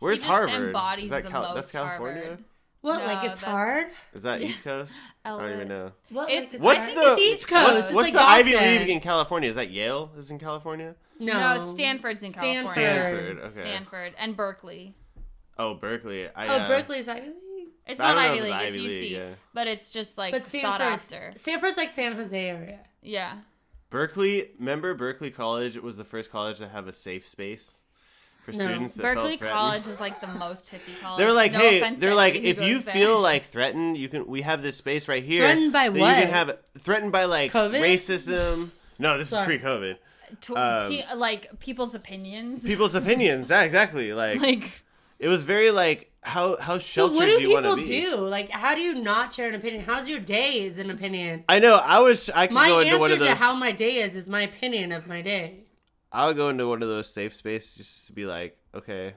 Speaker 2: Where's
Speaker 4: he just
Speaker 2: Harvard?
Speaker 4: Embodies
Speaker 2: is that
Speaker 4: the
Speaker 2: Cal-
Speaker 4: most
Speaker 2: that's California?
Speaker 4: Harvard.
Speaker 3: What?
Speaker 4: No,
Speaker 3: like it's
Speaker 4: that's-
Speaker 3: hard.
Speaker 2: Is that East Coast? I don't even know.
Speaker 3: What?
Speaker 4: It's-
Speaker 3: like
Speaker 2: What's
Speaker 4: think
Speaker 2: the
Speaker 4: it's East
Speaker 2: what's-
Speaker 4: Coast.
Speaker 2: What's,
Speaker 3: like
Speaker 4: It's
Speaker 2: the Ivy
Speaker 3: Boston.
Speaker 2: League in California? Is that Yale? Is in California?
Speaker 4: No, Stanford's in
Speaker 3: Stanford.
Speaker 4: California.
Speaker 2: Stanford. Okay.
Speaker 4: Stanford and Berkeley.
Speaker 2: Oh, Berkeley. I,
Speaker 3: Oh,
Speaker 2: uh,
Speaker 3: Berkeley's Ivy League,
Speaker 4: It's
Speaker 2: I don't
Speaker 4: not
Speaker 2: know
Speaker 4: Ivy
Speaker 2: if
Speaker 4: League,
Speaker 2: it's
Speaker 4: it's
Speaker 2: Ivy
Speaker 4: UC,
Speaker 2: League, yeah.
Speaker 4: but it's just like
Speaker 3: but
Speaker 4: sought after.
Speaker 3: Stanford. Stanford's like San Jose area.
Speaker 4: Yeah,
Speaker 2: Berkeley. Remember, Berkeley College was the first college to have a safe space for
Speaker 3: No.
Speaker 2: students that
Speaker 4: Berkeley
Speaker 2: felt threatened.
Speaker 4: College is like the most hippie college.
Speaker 2: They're like,
Speaker 4: No
Speaker 2: hey,
Speaker 4: offense
Speaker 2: they're
Speaker 4: to
Speaker 2: like,
Speaker 4: anybody
Speaker 2: if
Speaker 4: who
Speaker 2: you
Speaker 4: goes there.
Speaker 2: feel like threatened, you can. We have this space right here.
Speaker 3: Threatened by
Speaker 2: that
Speaker 3: what?
Speaker 2: You can have threatened by like
Speaker 3: COVID?
Speaker 2: racism. No, this
Speaker 3: Sorry.
Speaker 2: is pre-COVID.
Speaker 4: To-
Speaker 2: um,
Speaker 4: pe- like people's opinions,
Speaker 2: People's opinions. Yeah, exactly. Like,
Speaker 4: like
Speaker 2: it was very like how how
Speaker 3: So
Speaker 2: sheltered
Speaker 3: what do
Speaker 2: you want to
Speaker 3: people
Speaker 2: be.
Speaker 3: do? Like, how do you not share an opinion? How's your day? Is an opinion.
Speaker 2: I know. I wish I could
Speaker 3: My
Speaker 2: go into one
Speaker 3: answer
Speaker 2: of
Speaker 3: to
Speaker 2: those.
Speaker 3: how my day is is my opinion of my day.
Speaker 2: I'll go into one of those safe spaces just to be like, okay,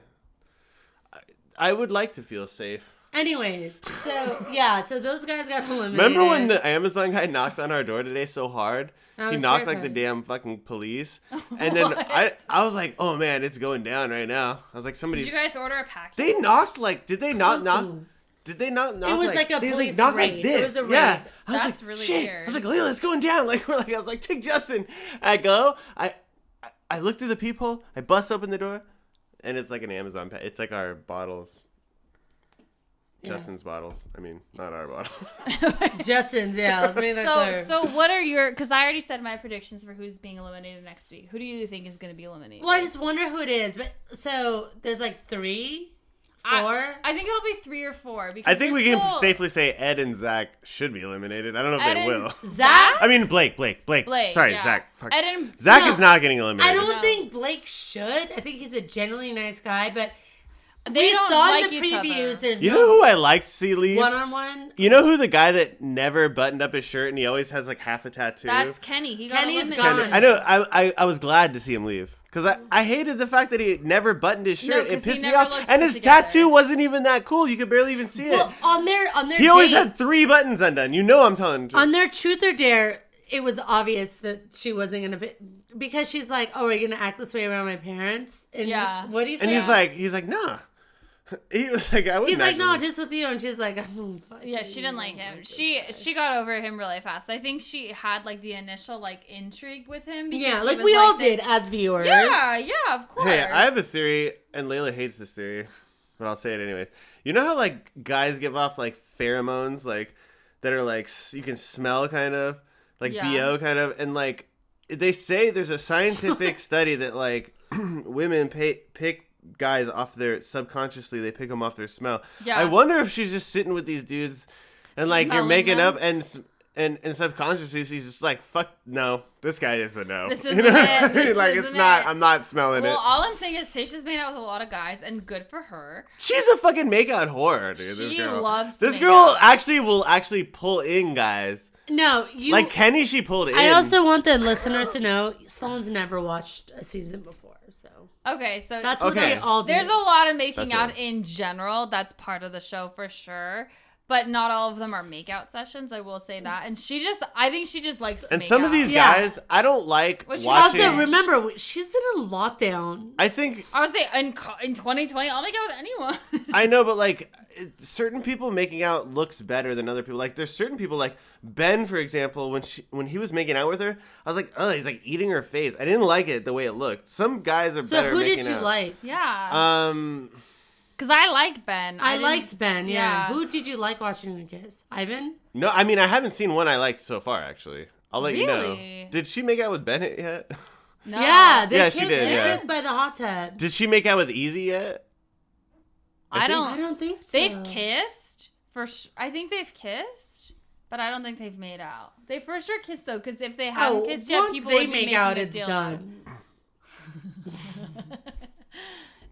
Speaker 2: I, I would like to feel safe.
Speaker 3: Anyways, so yeah, so those guys got eliminated.
Speaker 2: Remember when the Amazon guy knocked on our door today so hard?
Speaker 3: I
Speaker 2: He
Speaker 3: was
Speaker 2: knocked like the
Speaker 3: terrified.
Speaker 2: damn fucking police. And then I I was like, oh man, it's going down right now. I was like,
Speaker 4: did
Speaker 2: somebody's.
Speaker 4: you guys order a package?
Speaker 2: They knocked like, did they not knock?
Speaker 3: Constantly.
Speaker 2: Did they not knock?
Speaker 3: was like a
Speaker 2: they,
Speaker 3: police
Speaker 2: knocked
Speaker 3: raid.
Speaker 2: Like
Speaker 3: It
Speaker 2: this.
Speaker 3: was a
Speaker 2: Yeah.
Speaker 3: raid.
Speaker 2: I was
Speaker 4: That's
Speaker 2: like,
Speaker 4: really
Speaker 2: shit.
Speaker 4: weird.
Speaker 2: I was like, Layla, it's going down. Like we're like, I was like, take Justin. I go. I I, I look through the peephole. I bust open the door, and it's like an Amazon. Pa- it's like our bottles. Justin's bottles. I mean, not our bottles.
Speaker 3: Justin's, yeah, let's make that
Speaker 4: so,
Speaker 3: clear.
Speaker 4: so what are your? Because I already said my predictions for who's being eliminated next week. Who do you think is going to be eliminated?
Speaker 3: well, I just wonder who it is. But so there's like three, four.
Speaker 4: I- I, think it'll be three or four. Because
Speaker 2: I think
Speaker 4: we're
Speaker 2: we can
Speaker 4: still-
Speaker 2: safely say Ed and Zach should be eliminated. I don't know if
Speaker 4: Ed
Speaker 2: they
Speaker 4: and
Speaker 2: will.
Speaker 3: Zach?
Speaker 2: I mean, Blake, Blake, Blake.
Speaker 4: Blake,
Speaker 2: Sorry,
Speaker 4: yeah.
Speaker 2: Zach. Fuck.
Speaker 4: Ed and-
Speaker 2: Zach
Speaker 3: No.
Speaker 2: is not getting eliminated.
Speaker 3: I don't
Speaker 4: No.
Speaker 3: think Blake should. I think he's a genuinely nice guy, but
Speaker 4: They
Speaker 3: we
Speaker 4: don't
Speaker 3: saw
Speaker 4: like
Speaker 3: in the
Speaker 4: each other.
Speaker 3: previews there's
Speaker 2: you
Speaker 3: no
Speaker 2: know who I liked to see leave?
Speaker 3: one on one.
Speaker 2: You know who the guy that never buttoned up his shirt and he always has like half a tattoo?
Speaker 4: That's Kenny. He got
Speaker 3: Kenny's
Speaker 4: eliminated.
Speaker 2: Kinda-
Speaker 3: gone.
Speaker 2: I know. I, I I was glad to see him leave because I, I hated the fact that he never buttoned his
Speaker 4: No,
Speaker 2: shirt.
Speaker 4: 'cause
Speaker 2: it
Speaker 4: he
Speaker 2: pissed me
Speaker 4: never
Speaker 2: off,
Speaker 4: looked
Speaker 2: and
Speaker 4: put
Speaker 2: his
Speaker 4: together.
Speaker 2: tattoo wasn't even that cool. You could barely even see it.
Speaker 3: Well, on their on their
Speaker 2: he always
Speaker 3: date-
Speaker 2: had three buttons undone. You know I'm telling. you.
Speaker 3: on their truth or dare. It was obvious that she wasn't gonna be, because she's like, "Oh, are you gonna act this way around my parents?" And
Speaker 4: Yeah.
Speaker 3: What do you say?
Speaker 2: and he's like, he's like, nah. He was like, I wouldn't.
Speaker 3: He's like,
Speaker 2: actually.
Speaker 3: no, just with you. And she's like, "Hmm, fuck
Speaker 4: Yeah,
Speaker 3: you."
Speaker 4: she didn't like him. She she got over him really fast. I think she had like the initial like intrigue with him. because
Speaker 3: Yeah,
Speaker 4: he
Speaker 3: like
Speaker 4: was
Speaker 3: we all
Speaker 4: this-
Speaker 3: did as viewers.
Speaker 4: Yeah, yeah, of course.
Speaker 2: Hey, I have a theory, and Layla hates this theory, but I'll say it anyways. You know how like guys give off like pheromones, like that are like s- you can smell kind of, like
Speaker 4: Yeah.
Speaker 2: bo kind of, and like they say there's a scientific study that like women pay, pick guys off their subconsciously they pick them off their smell.
Speaker 4: Yeah.
Speaker 2: I wonder if she's just sitting with these dudes, and like you're
Speaker 4: Smelling
Speaker 2: making
Speaker 4: them.
Speaker 2: up and. s- And and subconsciously, he's just like, "Fuck no, this guy is a no."
Speaker 4: This
Speaker 2: You
Speaker 4: isn't
Speaker 2: know?
Speaker 4: it. This
Speaker 2: like it's
Speaker 4: isn't
Speaker 2: not.
Speaker 4: it.
Speaker 2: I'm not smelling
Speaker 4: Well,
Speaker 2: it.
Speaker 4: all I'm saying is Tisha's made out with a lot of guys, and good for her.
Speaker 2: She's a fucking makeout whore, dude. this
Speaker 4: She
Speaker 2: girl.
Speaker 4: loves to
Speaker 2: this
Speaker 4: make
Speaker 2: girl.
Speaker 4: out.
Speaker 2: Actually, will actually pull in guys.
Speaker 3: No, you.
Speaker 2: like Kenny, she pulled in.
Speaker 3: I also want the listeners to know Sloan's never watched a season before, so
Speaker 4: Okay, so
Speaker 3: that's what
Speaker 2: Okay.
Speaker 3: they all do.
Speaker 4: there's a lot of making
Speaker 2: That's
Speaker 4: out
Speaker 2: right.
Speaker 4: in general. That's part of the show for sure. But not all of them are makeout sessions. I will say that. And she just, I think she just likes. To
Speaker 2: and
Speaker 4: make
Speaker 2: some of
Speaker 4: out.
Speaker 2: these
Speaker 3: Yeah.
Speaker 2: guys, I don't like
Speaker 4: Well, she
Speaker 2: watching.
Speaker 3: also remember we- she's been in lockdown.
Speaker 2: I think
Speaker 4: I would say in co- in 2020, I'll make out with anyone.
Speaker 2: I know, but like it- certain people making out looks better than other people. Like there's certain people, like Ben, for example, when she when he was making out with her, I was like, oh, he's like eating her face. I didn't like it the way it looked. Some guys are
Speaker 3: So
Speaker 2: better.
Speaker 3: who did
Speaker 2: making
Speaker 3: you
Speaker 2: out.
Speaker 3: like?
Speaker 4: yeah,
Speaker 2: Um,
Speaker 4: because I like Ben.
Speaker 3: I,
Speaker 4: didn't-
Speaker 3: liked Ben. Yeah.
Speaker 4: yeah.
Speaker 3: Who did you like watching her kiss? Ivan.
Speaker 2: no, I mean I haven't seen one I liked so far. Actually, I'll let you know.
Speaker 4: Really?
Speaker 2: Did she make out with Bennett yet?
Speaker 4: No.
Speaker 3: Yeah, they
Speaker 2: Yeah, she
Speaker 3: kissed.
Speaker 2: did,
Speaker 3: they
Speaker 2: yeah.
Speaker 3: kissed by the hot tub.
Speaker 2: Did she make out with Easy yet?
Speaker 4: I,
Speaker 2: I think-
Speaker 4: don't.
Speaker 3: I don't think so.
Speaker 4: They've kissed for. Sh- I think they've kissed, but I don't think they've made out. They for sure kissed though, because if they haven't
Speaker 3: Oh,
Speaker 4: kissed yet,
Speaker 3: once
Speaker 4: people
Speaker 3: they
Speaker 4: would be
Speaker 3: make
Speaker 4: making
Speaker 3: out,
Speaker 4: a
Speaker 3: it's
Speaker 4: deal.
Speaker 3: done.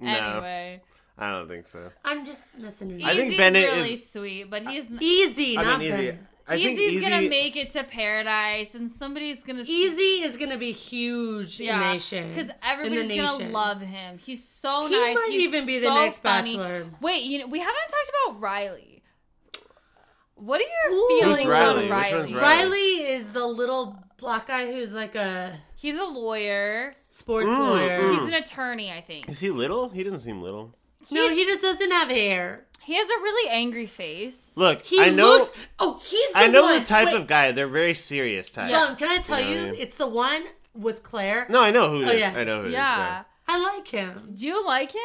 Speaker 4: Anyway,
Speaker 2: I don't think so.
Speaker 3: I'm just messing with
Speaker 4: Easy's
Speaker 2: I
Speaker 3: you.
Speaker 2: think Bennett
Speaker 4: really
Speaker 2: is-
Speaker 4: sweet, but he's n-
Speaker 3: Easy,
Speaker 2: I
Speaker 3: not
Speaker 2: mean, Easy.
Speaker 3: Ben.
Speaker 2: I
Speaker 4: Easy's
Speaker 2: think Easy.
Speaker 4: gonna make it to paradise, and somebody's gonna see-
Speaker 3: Easy is gonna be huge in
Speaker 4: Yeah,
Speaker 3: nation
Speaker 4: because
Speaker 3: in the
Speaker 4: everybody's gonna
Speaker 3: nation.
Speaker 4: love him. He's so
Speaker 3: He
Speaker 4: nice.
Speaker 3: might
Speaker 4: He's
Speaker 3: even be the
Speaker 4: so
Speaker 3: next
Speaker 4: funny.
Speaker 3: Bachelor.
Speaker 4: Wait, you know, we haven't talked about Riley. What are your
Speaker 3: Ooh. Who's
Speaker 4: feelings
Speaker 2: Riley?
Speaker 4: on
Speaker 2: Which
Speaker 4: Riley?
Speaker 2: one's Riley?
Speaker 3: Riley is the little black guy who's like a
Speaker 4: He's a lawyer.
Speaker 3: sports
Speaker 2: Mm,
Speaker 3: lawyer.
Speaker 4: He's an attorney, I think.
Speaker 2: Is he little? He doesn't seem little.
Speaker 3: no, he just doesn't have hair.
Speaker 4: He has a really angry face.
Speaker 2: Look,
Speaker 3: He
Speaker 2: I know.
Speaker 3: looks. Oh, he's. The
Speaker 2: I know
Speaker 3: one.
Speaker 2: the type
Speaker 3: Wait,
Speaker 2: of guy. They're very serious type.
Speaker 3: John, can I tell
Speaker 2: You know
Speaker 3: you?
Speaker 2: what I mean?
Speaker 3: It's the one with Claire.
Speaker 2: No, I know who it
Speaker 3: Oh,
Speaker 2: is.
Speaker 3: yeah.
Speaker 2: I know who it is.
Speaker 4: Yeah.
Speaker 3: I like him.
Speaker 4: Do you like him?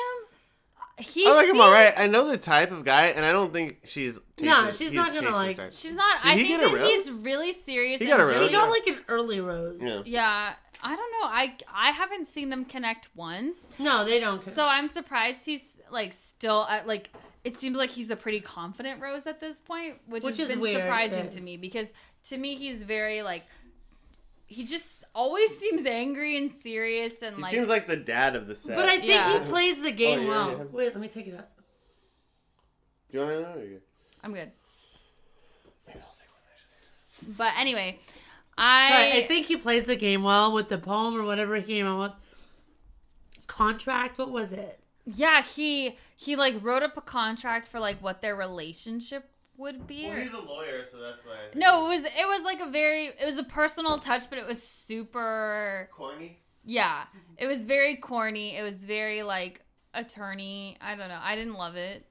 Speaker 4: He
Speaker 2: I like him
Speaker 4: seems-
Speaker 2: all right. I know the type of guy, and I don't think she's.
Speaker 3: No,
Speaker 2: Tayshia's-
Speaker 3: she's
Speaker 2: he's
Speaker 3: not gonna
Speaker 2: Tayshia's
Speaker 3: like-
Speaker 2: type.
Speaker 4: She's not.
Speaker 2: Did
Speaker 4: I
Speaker 2: he
Speaker 4: think
Speaker 2: get a
Speaker 4: that
Speaker 2: rose?
Speaker 4: he's really serious.
Speaker 2: He
Speaker 4: and
Speaker 2: got a
Speaker 3: She
Speaker 2: rose?
Speaker 3: got like an early rose.
Speaker 2: Yeah.
Speaker 4: Yeah. I don't know. I I haven't seen them connect once,
Speaker 3: No, they don't. care.
Speaker 4: so I'm surprised he's like still at like. It seems like he's a pretty confident Rose at this point, which,
Speaker 3: Which is
Speaker 4: has been
Speaker 3: weird,
Speaker 4: surprising
Speaker 3: yes.
Speaker 4: to me because to me he's very like. He just always seems angry and serious and
Speaker 2: He
Speaker 4: like.
Speaker 2: seems like the dad of the set.
Speaker 3: but I think
Speaker 4: Yeah.
Speaker 3: he plays the game
Speaker 2: Oh, yeah,
Speaker 3: well.
Speaker 2: yeah.
Speaker 3: Wait, let me take it up.
Speaker 2: Do you want to know? or you-
Speaker 4: I'm good.
Speaker 2: Maybe I'll say one,
Speaker 4: But anyway, I
Speaker 3: Sorry, I think he plays the game well with the poem or whatever he came out with. Contract, what was it?
Speaker 4: yeah he he like wrote up a contract for like what their relationship would be.
Speaker 2: actually.
Speaker 4: or-
Speaker 2: Well, he's a lawyer, so that's why. I think
Speaker 4: no,
Speaker 2: it's
Speaker 4: it was it was like a very it was a personal touch, but it was super
Speaker 2: Corny.
Speaker 4: yeah. It was very corny. It was very like attorney. I don't know. I didn't love it.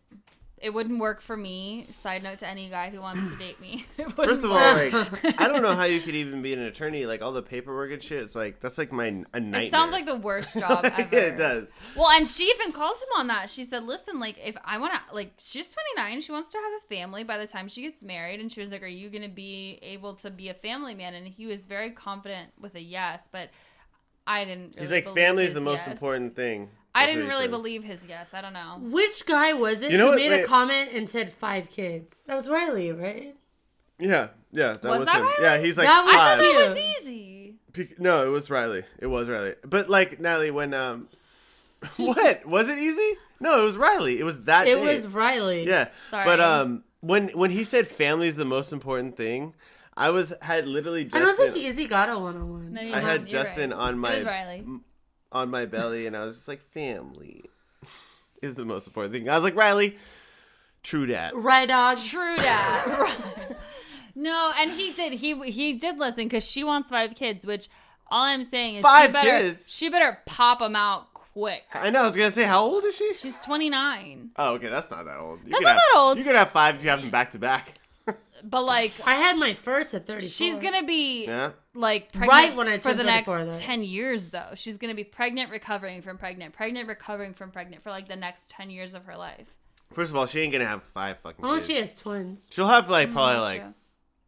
Speaker 4: It wouldn't work for me. Side note to any guy who wants to date me. It
Speaker 2: First
Speaker 4: wouldn't
Speaker 2: of all,
Speaker 4: work.
Speaker 2: like I don't know how you could even be an attorney. Like all the paperwork and shit. It's like that's like my a nightmare.
Speaker 4: it sounds like the worst job ever.
Speaker 2: yeah, it does.
Speaker 4: Well, and she even called him on that. She said, "Listen, like if I want to, like she's 29, she wants to have a family by the time she gets married." And she was like, "Are you going to be able to be a family man?" And he was very confident with a yes, but I didn't. Really
Speaker 2: He's like
Speaker 4: believe
Speaker 2: family's
Speaker 4: his
Speaker 2: the most
Speaker 4: yes.
Speaker 2: important thing.
Speaker 4: I
Speaker 2: That's
Speaker 4: didn't
Speaker 2: what he
Speaker 4: really
Speaker 2: said.
Speaker 4: believe his yes. I don't know.
Speaker 3: Which guy was it
Speaker 2: You know
Speaker 3: who
Speaker 2: what,
Speaker 3: made
Speaker 2: wait.
Speaker 3: a comment and said five kids? That was Riley, right?
Speaker 2: Yeah, yeah, that was,
Speaker 4: Was that
Speaker 2: him.
Speaker 4: Riley?
Speaker 2: Yeah, he's like
Speaker 3: That was
Speaker 2: five.
Speaker 3: him.
Speaker 4: That was
Speaker 3: Yeah.
Speaker 4: easy.
Speaker 2: Pe- No, it was Riley. It was Riley. But like Natalie, when um, what was it easy? No, it was Riley. It was that.
Speaker 3: It
Speaker 2: day.
Speaker 3: was Riley.
Speaker 2: Yeah.
Speaker 4: Sorry.
Speaker 2: But um, when when he said family is the most important thing, I was had literally
Speaker 3: I
Speaker 2: Justin.
Speaker 3: don't think Izzy got a one on
Speaker 4: No,
Speaker 3: one.
Speaker 4: you
Speaker 2: I had
Speaker 4: didn't. You're
Speaker 2: Justin
Speaker 4: right.
Speaker 2: on my
Speaker 4: It was Riley.
Speaker 2: on my belly, and I was just like, family is the most important thing. I was like, Riley, true dat.
Speaker 3: Right dog.
Speaker 4: True that. Right. no, and he did. He he did listen because she wants five kids. Which all I'm saying is
Speaker 2: Five
Speaker 4: she better
Speaker 2: kids?
Speaker 4: she better pop them out quick.
Speaker 2: I know. I was gonna say, how old is she?
Speaker 4: She's 29,
Speaker 2: oh, okay, that's not that old. You
Speaker 4: That's
Speaker 2: could
Speaker 4: not
Speaker 2: have-
Speaker 4: that old.
Speaker 2: You could have five if you have them back to back.
Speaker 4: but like
Speaker 3: I had my first at thirty.
Speaker 4: she's gonna be
Speaker 2: Yeah.
Speaker 4: like pregnant
Speaker 3: Right when I
Speaker 4: for
Speaker 3: turned
Speaker 4: the next
Speaker 3: 34, though.
Speaker 4: 10 years though. She's gonna be pregnant, recovering from pregnant, pregnant, recovering from pregnant for like the next 10 years of her life.
Speaker 2: First of all, she ain't gonna have five fucking.
Speaker 3: Unless
Speaker 2: Kids.
Speaker 3: Oh, she has twins.
Speaker 2: She'll have like probably
Speaker 4: Mm, that's
Speaker 2: like
Speaker 4: true.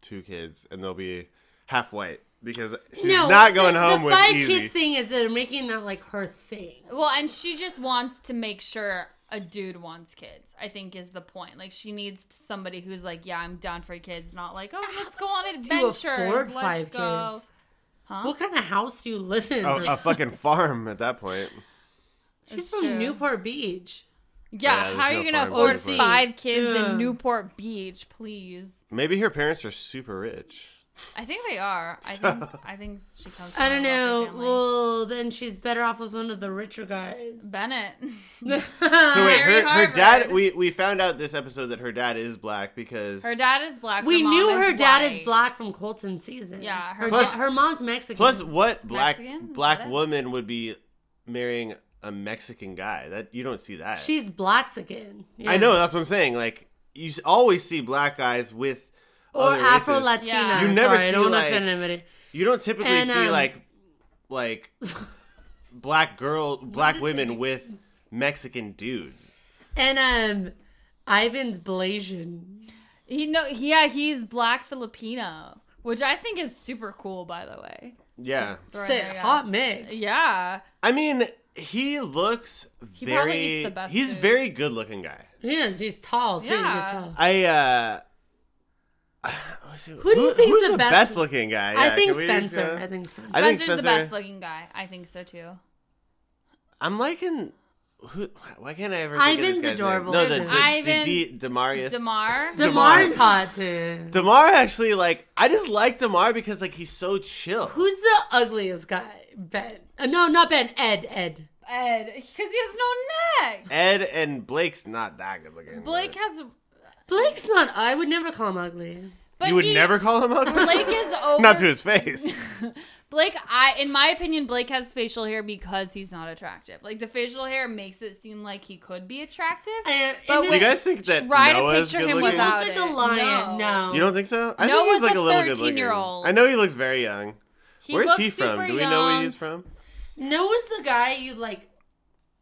Speaker 2: two kids, and they'll be half white because she's
Speaker 3: no,
Speaker 2: not going
Speaker 3: the,
Speaker 2: home
Speaker 3: the
Speaker 2: with
Speaker 3: five
Speaker 2: easy.
Speaker 3: kids thing is they're making that like her thing.
Speaker 4: Well, and she just wants to make sure a dude wants kids. I think is the point. Like she needs somebody who's like, yeah, I'm down for kids, not like, oh, let's go on
Speaker 3: To
Speaker 4: adventures.
Speaker 3: afford
Speaker 4: let's
Speaker 3: five
Speaker 4: go.
Speaker 3: kids. What kind of house do you live in?
Speaker 2: a, a fucking farm at that point.
Speaker 3: She's
Speaker 4: That's
Speaker 3: from
Speaker 4: true.
Speaker 3: Newport Beach.
Speaker 2: Yeah,
Speaker 4: Yeah,
Speaker 2: there's
Speaker 4: how are
Speaker 2: no
Speaker 4: you gonna
Speaker 2: farm
Speaker 4: afford
Speaker 2: boys
Speaker 3: for-
Speaker 4: five kids
Speaker 3: Yeah.
Speaker 4: in Newport Beach? Please,
Speaker 2: Maybe her parents are super rich.
Speaker 4: I think they are. I think I think she comes. From
Speaker 3: I don't
Speaker 4: a wealthy
Speaker 3: know.
Speaker 4: family.
Speaker 3: Well, then she's better off with one of the richer guys.
Speaker 4: Bennett.
Speaker 2: So wait,
Speaker 4: Mary
Speaker 2: her, her dad.
Speaker 4: Uh, Harvard.
Speaker 2: We we found out this episode that her dad is black because
Speaker 4: Her dad is black.
Speaker 3: we
Speaker 4: her mom
Speaker 3: knew her dad is
Speaker 4: white.
Speaker 3: black from Colton season. her
Speaker 4: Yeah, her
Speaker 3: her,
Speaker 2: Plus-
Speaker 3: da- her mom's Mexican.
Speaker 2: plus what black
Speaker 4: Mexican? Is
Speaker 2: black
Speaker 4: that it?
Speaker 2: woman would be marrying a Mexican guy? That you don't see that.
Speaker 3: she's Blaxican. Yeah.
Speaker 2: I know that's what I'm saying. Like you s- always see black guys with
Speaker 3: Or
Speaker 2: other races.
Speaker 3: Afro Latina.
Speaker 4: Yeah.
Speaker 2: You never
Speaker 3: Sorry, I
Speaker 2: see,
Speaker 3: don't
Speaker 2: like-
Speaker 3: offend anybody.
Speaker 2: You don't typically
Speaker 3: And,
Speaker 2: see
Speaker 3: um,
Speaker 2: like like black girl black women with Mexican dudes.
Speaker 3: And um, Ivan's Blasian.
Speaker 4: He no, he- yeah, he's black Filipino, which I think is super cool. By the way,
Speaker 2: Yeah.
Speaker 4: Throwing
Speaker 3: Say,
Speaker 4: that out.
Speaker 3: hot mix.
Speaker 4: Yeah,
Speaker 2: I mean, he looks
Speaker 4: probably
Speaker 2: very
Speaker 4: eats the best
Speaker 2: He's
Speaker 4: food.
Speaker 2: very good looking guy.
Speaker 3: Yeah, she's tall too. You
Speaker 4: Yeah.
Speaker 3: can tell.
Speaker 2: I uh who
Speaker 3: do you think's
Speaker 2: who's
Speaker 3: the
Speaker 2: the,
Speaker 3: best-
Speaker 2: best, looking guy?
Speaker 3: I
Speaker 2: Yeah,
Speaker 3: think
Speaker 2: can we-
Speaker 3: Spencer.
Speaker 2: yeah.
Speaker 3: I think Spencer.
Speaker 2: I think
Speaker 4: Spencer's the
Speaker 2: Spencer-
Speaker 4: best looking guy. I think so too.
Speaker 2: I'm liking who why can't I ever think of this guy's
Speaker 3: Ivan's
Speaker 2: name?
Speaker 3: adorable,
Speaker 2: No,
Speaker 3: isn't
Speaker 2: the,
Speaker 3: he?
Speaker 4: Ivan-
Speaker 2: the, the, D- Demarius.
Speaker 4: Demar.
Speaker 3: Damar's hot too.
Speaker 2: Damar actually like I just like Damar because like he's so chill.
Speaker 3: Who's the ugliest guy? Ben. Uh, no, not Ben. Ed. Ed.
Speaker 4: Ed, because he has no neck.
Speaker 2: Ed and Blake's not that good looking.
Speaker 4: Blake
Speaker 2: but-
Speaker 4: has,
Speaker 3: Blake's not. I would never call him ugly.
Speaker 4: but
Speaker 2: you would
Speaker 4: he-
Speaker 2: never call him ugly.
Speaker 4: Blake is over.
Speaker 2: not to his face.
Speaker 4: Blake, I in my opinion, Blake has facial hair because he's not attractive. Like the facial hair makes it seem like he could be attractive.
Speaker 3: And-
Speaker 4: But
Speaker 3: and
Speaker 4: Do
Speaker 2: Do you
Speaker 4: you
Speaker 3: then-
Speaker 2: guys think that
Speaker 4: Try to
Speaker 2: Noah's
Speaker 4: picture
Speaker 2: good
Speaker 4: him
Speaker 2: looking?
Speaker 3: he looks
Speaker 4: without-
Speaker 3: like
Speaker 4: it.
Speaker 3: a lion.
Speaker 4: No.
Speaker 3: No.
Speaker 2: You don't think so? I think
Speaker 4: Noah's
Speaker 2: he's like
Speaker 4: a
Speaker 2: a little good looking.
Speaker 4: 13-year-old.
Speaker 2: I know he looks very young.
Speaker 4: He
Speaker 2: Where's
Speaker 4: looks
Speaker 2: he from?
Speaker 4: super
Speaker 2: Do we know where
Speaker 4: young.
Speaker 2: he's from?
Speaker 3: Noah's the guy you like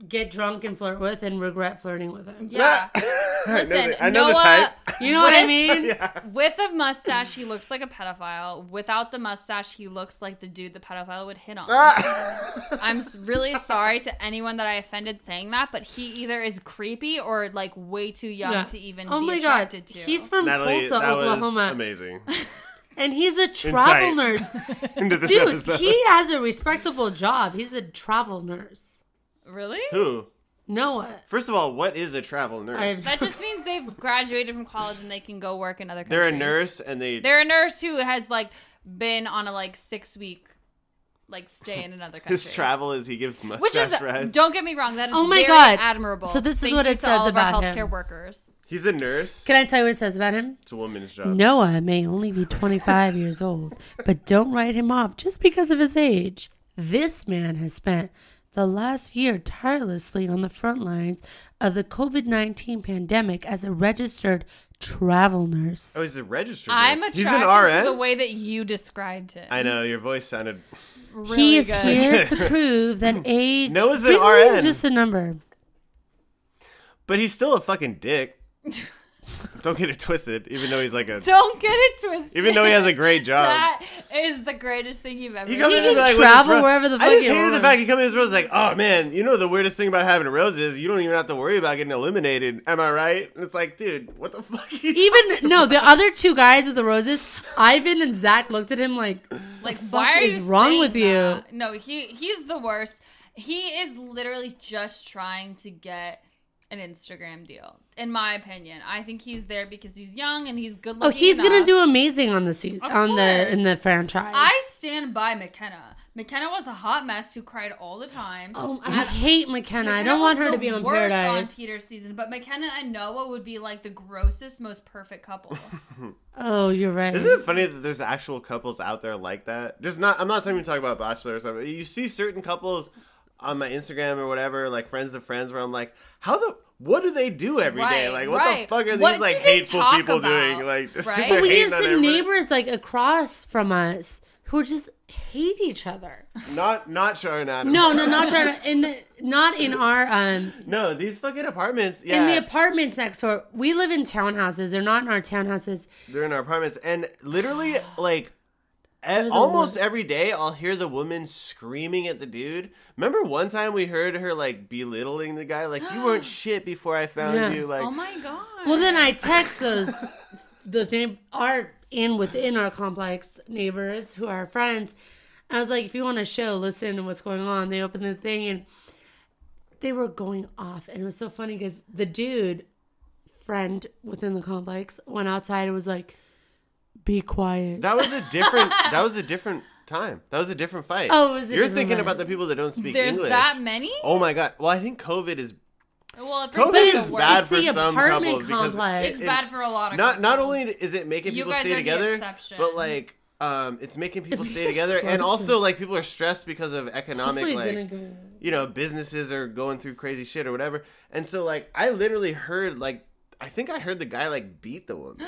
Speaker 3: get drunk and flirt with and regret flirting with him.
Speaker 4: Yeah.
Speaker 2: I know,
Speaker 4: Listen,
Speaker 2: the, I know
Speaker 4: Noah,
Speaker 2: the type.
Speaker 3: You know what I
Speaker 4: With-
Speaker 3: mean?
Speaker 4: With a mustache, he looks like a pedophile. Without the mustache, he looks like the dude the pedophile would hit on.
Speaker 2: Ah!
Speaker 4: I'm s- really sorry to anyone that I offended saying that, but he either is creepy or like way too young
Speaker 3: Yeah.
Speaker 4: to even
Speaker 3: Oh
Speaker 4: be
Speaker 3: my god,
Speaker 4: attracted to.
Speaker 3: he's from
Speaker 2: Natalie,
Speaker 3: Tulsa,
Speaker 2: that was
Speaker 3: Oklahoma,
Speaker 2: amazing.
Speaker 3: and he's a travel
Speaker 2: Insight.
Speaker 3: nurse.
Speaker 2: Into this
Speaker 3: Dude,
Speaker 2: episode.
Speaker 3: he has a respectable job. He's a travel nurse.
Speaker 4: really.
Speaker 2: Who?
Speaker 3: Noah.
Speaker 2: First of all, what is a travel nurse?
Speaker 3: I've-
Speaker 4: That just means they've graduated from college and they can go work in other countries.
Speaker 2: They're a nurse and they.
Speaker 4: They're a nurse who has like been on a like six week like stay in another country.
Speaker 2: his travel is he gives mustache
Speaker 4: Which is
Speaker 2: rides.
Speaker 4: don't get me wrong, that is
Speaker 3: Oh my
Speaker 4: very
Speaker 3: God.
Speaker 4: admirable.
Speaker 3: So this is
Speaker 4: Thank
Speaker 3: what
Speaker 4: you
Speaker 3: it
Speaker 4: to
Speaker 3: says
Speaker 4: all of our
Speaker 3: about
Speaker 4: healthcare
Speaker 3: him.
Speaker 4: workers.
Speaker 2: He's a nurse.
Speaker 3: Can I tell you what it says about him?
Speaker 2: It's a woman's job.
Speaker 3: Noah may only be 25 years old, but don't write him off just because of his age. This man has spent the last year tirelessly on the front lines of the COVID 19 pandemic as a registered travel nurse.
Speaker 2: Oh, he's a registered.
Speaker 4: I'm
Speaker 2: nurse.
Speaker 4: attracted
Speaker 2: He's an RN.
Speaker 4: to the way that you described him.
Speaker 2: I know your voice sounded.
Speaker 4: Really
Speaker 3: he is
Speaker 4: good.
Speaker 3: here to prove that age
Speaker 2: Noah's an
Speaker 3: really is
Speaker 2: RN.
Speaker 3: just a number.
Speaker 2: But he's still a fucking dick. Don't get it twisted. Even though he's like a,
Speaker 4: Don't get it twisted.
Speaker 2: even though he has a great job.
Speaker 4: that is the greatest thing you've ever.
Speaker 2: He comes
Speaker 4: said.
Speaker 2: in and be
Speaker 3: can
Speaker 2: like,
Speaker 3: travel
Speaker 2: "What's wrong?"
Speaker 3: wherever the fuck
Speaker 2: I just
Speaker 3: he
Speaker 2: hated the
Speaker 3: wants.
Speaker 2: fact he come in his rose like, oh man, you know the weirdest thing about having a rose is you don't even have to worry about getting eliminated. Am I right? And it's like, dude, what the fuck? Are you
Speaker 3: Even, no, the other two guys with the roses, Ivan and Zach looked at him like,
Speaker 4: Like,
Speaker 3: fuck
Speaker 4: why are
Speaker 3: is
Speaker 4: you
Speaker 3: wrong
Speaker 4: saying
Speaker 3: with you?
Speaker 4: that? No, he he's the worst. He is literally just trying to get an Instagram deal, in my opinion. I think he's there because he's young and he's good looking.
Speaker 3: oh, he's going to
Speaker 4: enough.
Speaker 3: do amazing on the, se-
Speaker 4: Of
Speaker 3: on the,
Speaker 4: course.
Speaker 3: in the franchise.
Speaker 4: I stand by McKenna. McKenna was a hot mess who cried all the time.
Speaker 3: Oh, I hate McKenna. I
Speaker 4: McKenna
Speaker 3: don't want
Speaker 4: was
Speaker 3: her to
Speaker 4: the
Speaker 3: be on
Speaker 4: worst
Speaker 3: Paradise.
Speaker 4: on Peter's season, but McKenna and Noah would be like the grossest, most perfect couple.
Speaker 3: Oh, you're right.
Speaker 2: Isn't it funny that there's actual couples out there like that? Just not. I'm not talking talking about bachelor or something. You see certain couples on my Instagram or whatever, like friends of friends, where I'm like, how the. What do they do every day?
Speaker 4: Right,
Speaker 2: Like, what
Speaker 4: right.
Speaker 2: the fuck are
Speaker 4: What
Speaker 2: these
Speaker 4: do
Speaker 2: like
Speaker 4: they
Speaker 2: hateful
Speaker 4: talk
Speaker 2: people
Speaker 4: about?
Speaker 2: doing? Like, just
Speaker 4: Right.
Speaker 2: super
Speaker 4: But
Speaker 3: we have
Speaker 2: hating on
Speaker 3: some
Speaker 2: everybody.
Speaker 3: neighbors like across from us who just hate each other.
Speaker 2: Not, not Sharon Adams.
Speaker 3: No, no, not trying to, in the, not in our um
Speaker 2: no. These fucking apartments. Yeah,
Speaker 3: in the apartments next door. We live in townhouses. They're not in our townhouses.
Speaker 2: they're in our apartments and literally like E-
Speaker 3: the
Speaker 2: almost
Speaker 3: worst.
Speaker 2: every day, I'll hear the woman screaming at the dude. Remember one time we heard her like belittling the guy, like you weren't shit before I found
Speaker 3: Yeah.
Speaker 2: you. Like,
Speaker 4: oh my god.
Speaker 3: Well, then I text those those name are in within our complex neighbors who are friends. I was like, if you want a show, listen to what's going on. They opened the thing and they were going off, and it was so funny because the dude friend within the complex went outside and was like, "Be quiet."
Speaker 2: that was a different. that was a different time. That was a different fight.
Speaker 3: Oh, it was a
Speaker 2: You're
Speaker 3: different
Speaker 2: thinking
Speaker 3: fight.
Speaker 2: about the people that don't speak
Speaker 4: There's
Speaker 2: English.
Speaker 4: that many?
Speaker 2: Oh my god. Well, I think COVID is
Speaker 4: Well, it
Speaker 2: COVID
Speaker 4: brings
Speaker 2: is
Speaker 4: the worst.
Speaker 2: bad
Speaker 3: It's
Speaker 2: for
Speaker 3: the
Speaker 2: some
Speaker 3: apartment
Speaker 2: couples because
Speaker 3: complex.
Speaker 2: it-
Speaker 4: It's
Speaker 2: it-
Speaker 4: bad for a lot of
Speaker 2: not not
Speaker 4: couples.
Speaker 2: only is it making
Speaker 4: You
Speaker 2: people
Speaker 4: guys
Speaker 2: stay
Speaker 4: are the
Speaker 2: together,
Speaker 4: exception.
Speaker 2: but like um, it's making people stay
Speaker 3: Because
Speaker 2: together, and
Speaker 3: Clarkson-
Speaker 2: also like people are stressed because of economic
Speaker 3: Hopefully it
Speaker 2: like
Speaker 3: didn't go-
Speaker 2: you know businesses are going through crazy shit or whatever, and so like I literally heard like I think I heard the guy like beat the woman.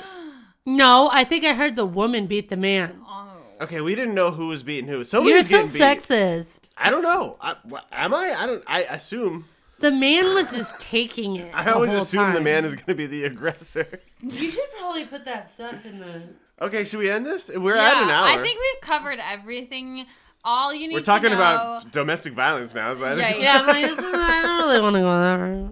Speaker 3: No, I think I heard the woman beat the man.
Speaker 4: Oh.
Speaker 2: Okay, we didn't know who was beating who. Somebody
Speaker 3: You're
Speaker 2: was
Speaker 3: so
Speaker 2: getting beat.
Speaker 3: sexist.
Speaker 2: I don't know. I, wha- am I? I don't. I assume.
Speaker 3: The man was just taking it.
Speaker 2: I
Speaker 3: the
Speaker 2: always
Speaker 3: whole
Speaker 2: assume the
Speaker 3: time.
Speaker 2: man is going to be the aggressor.
Speaker 3: You should probably put that stuff in the.
Speaker 2: Okay, should we end this? We're at
Speaker 4: Yeah,
Speaker 2: an hour.
Speaker 4: I think we've covered everything. All you need
Speaker 2: We're talking
Speaker 4: to know.
Speaker 2: about domestic violence now. So I think
Speaker 4: Yeah,
Speaker 3: Yeah, I'm like, this is- I don't really want to go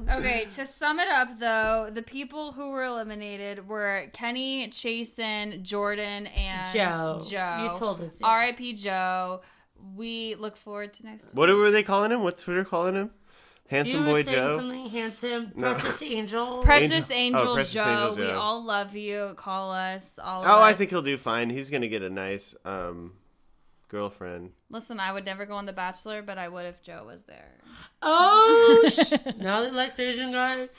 Speaker 3: there.
Speaker 4: Okay, to sum it up though, the people who were eliminated were Kenny, Chasen, Jordan, and
Speaker 3: Joe.
Speaker 4: Joe.
Speaker 3: You told us, yeah.
Speaker 4: R.I.P. Joe. We look forward to next week.
Speaker 2: What were they calling him? What's Twitter calling him?
Speaker 3: You
Speaker 2: Handsome
Speaker 3: were
Speaker 2: boy
Speaker 3: saying
Speaker 2: Joe.
Speaker 3: something handsome, precious angel.
Speaker 4: Precious
Speaker 2: Angel-
Speaker 4: Angel,
Speaker 2: oh, Precious
Speaker 4: Joe,
Speaker 2: Angel
Speaker 4: we
Speaker 2: Joe.
Speaker 4: all love you. Call us. All of
Speaker 2: Oh, I
Speaker 4: us.
Speaker 2: think he'll do fine. He's gonna get a nice um, girlfriend.
Speaker 4: Listen, I would never go on The Bachelor, but I would if Joe was there.
Speaker 3: oh, sh- now that Lex Asian guys.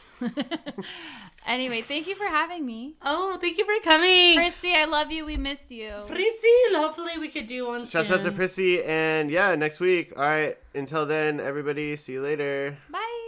Speaker 4: Anyway, thank you for having me.
Speaker 3: Oh, thank you for coming,
Speaker 4: Christy, I love you. We miss you.
Speaker 3: Prissy. Hopefully, we could do one
Speaker 2: Shouts
Speaker 3: soon.
Speaker 2: out to Prissy, and yeah, next week. All right. Until then, everybody. See you later.
Speaker 4: Bye.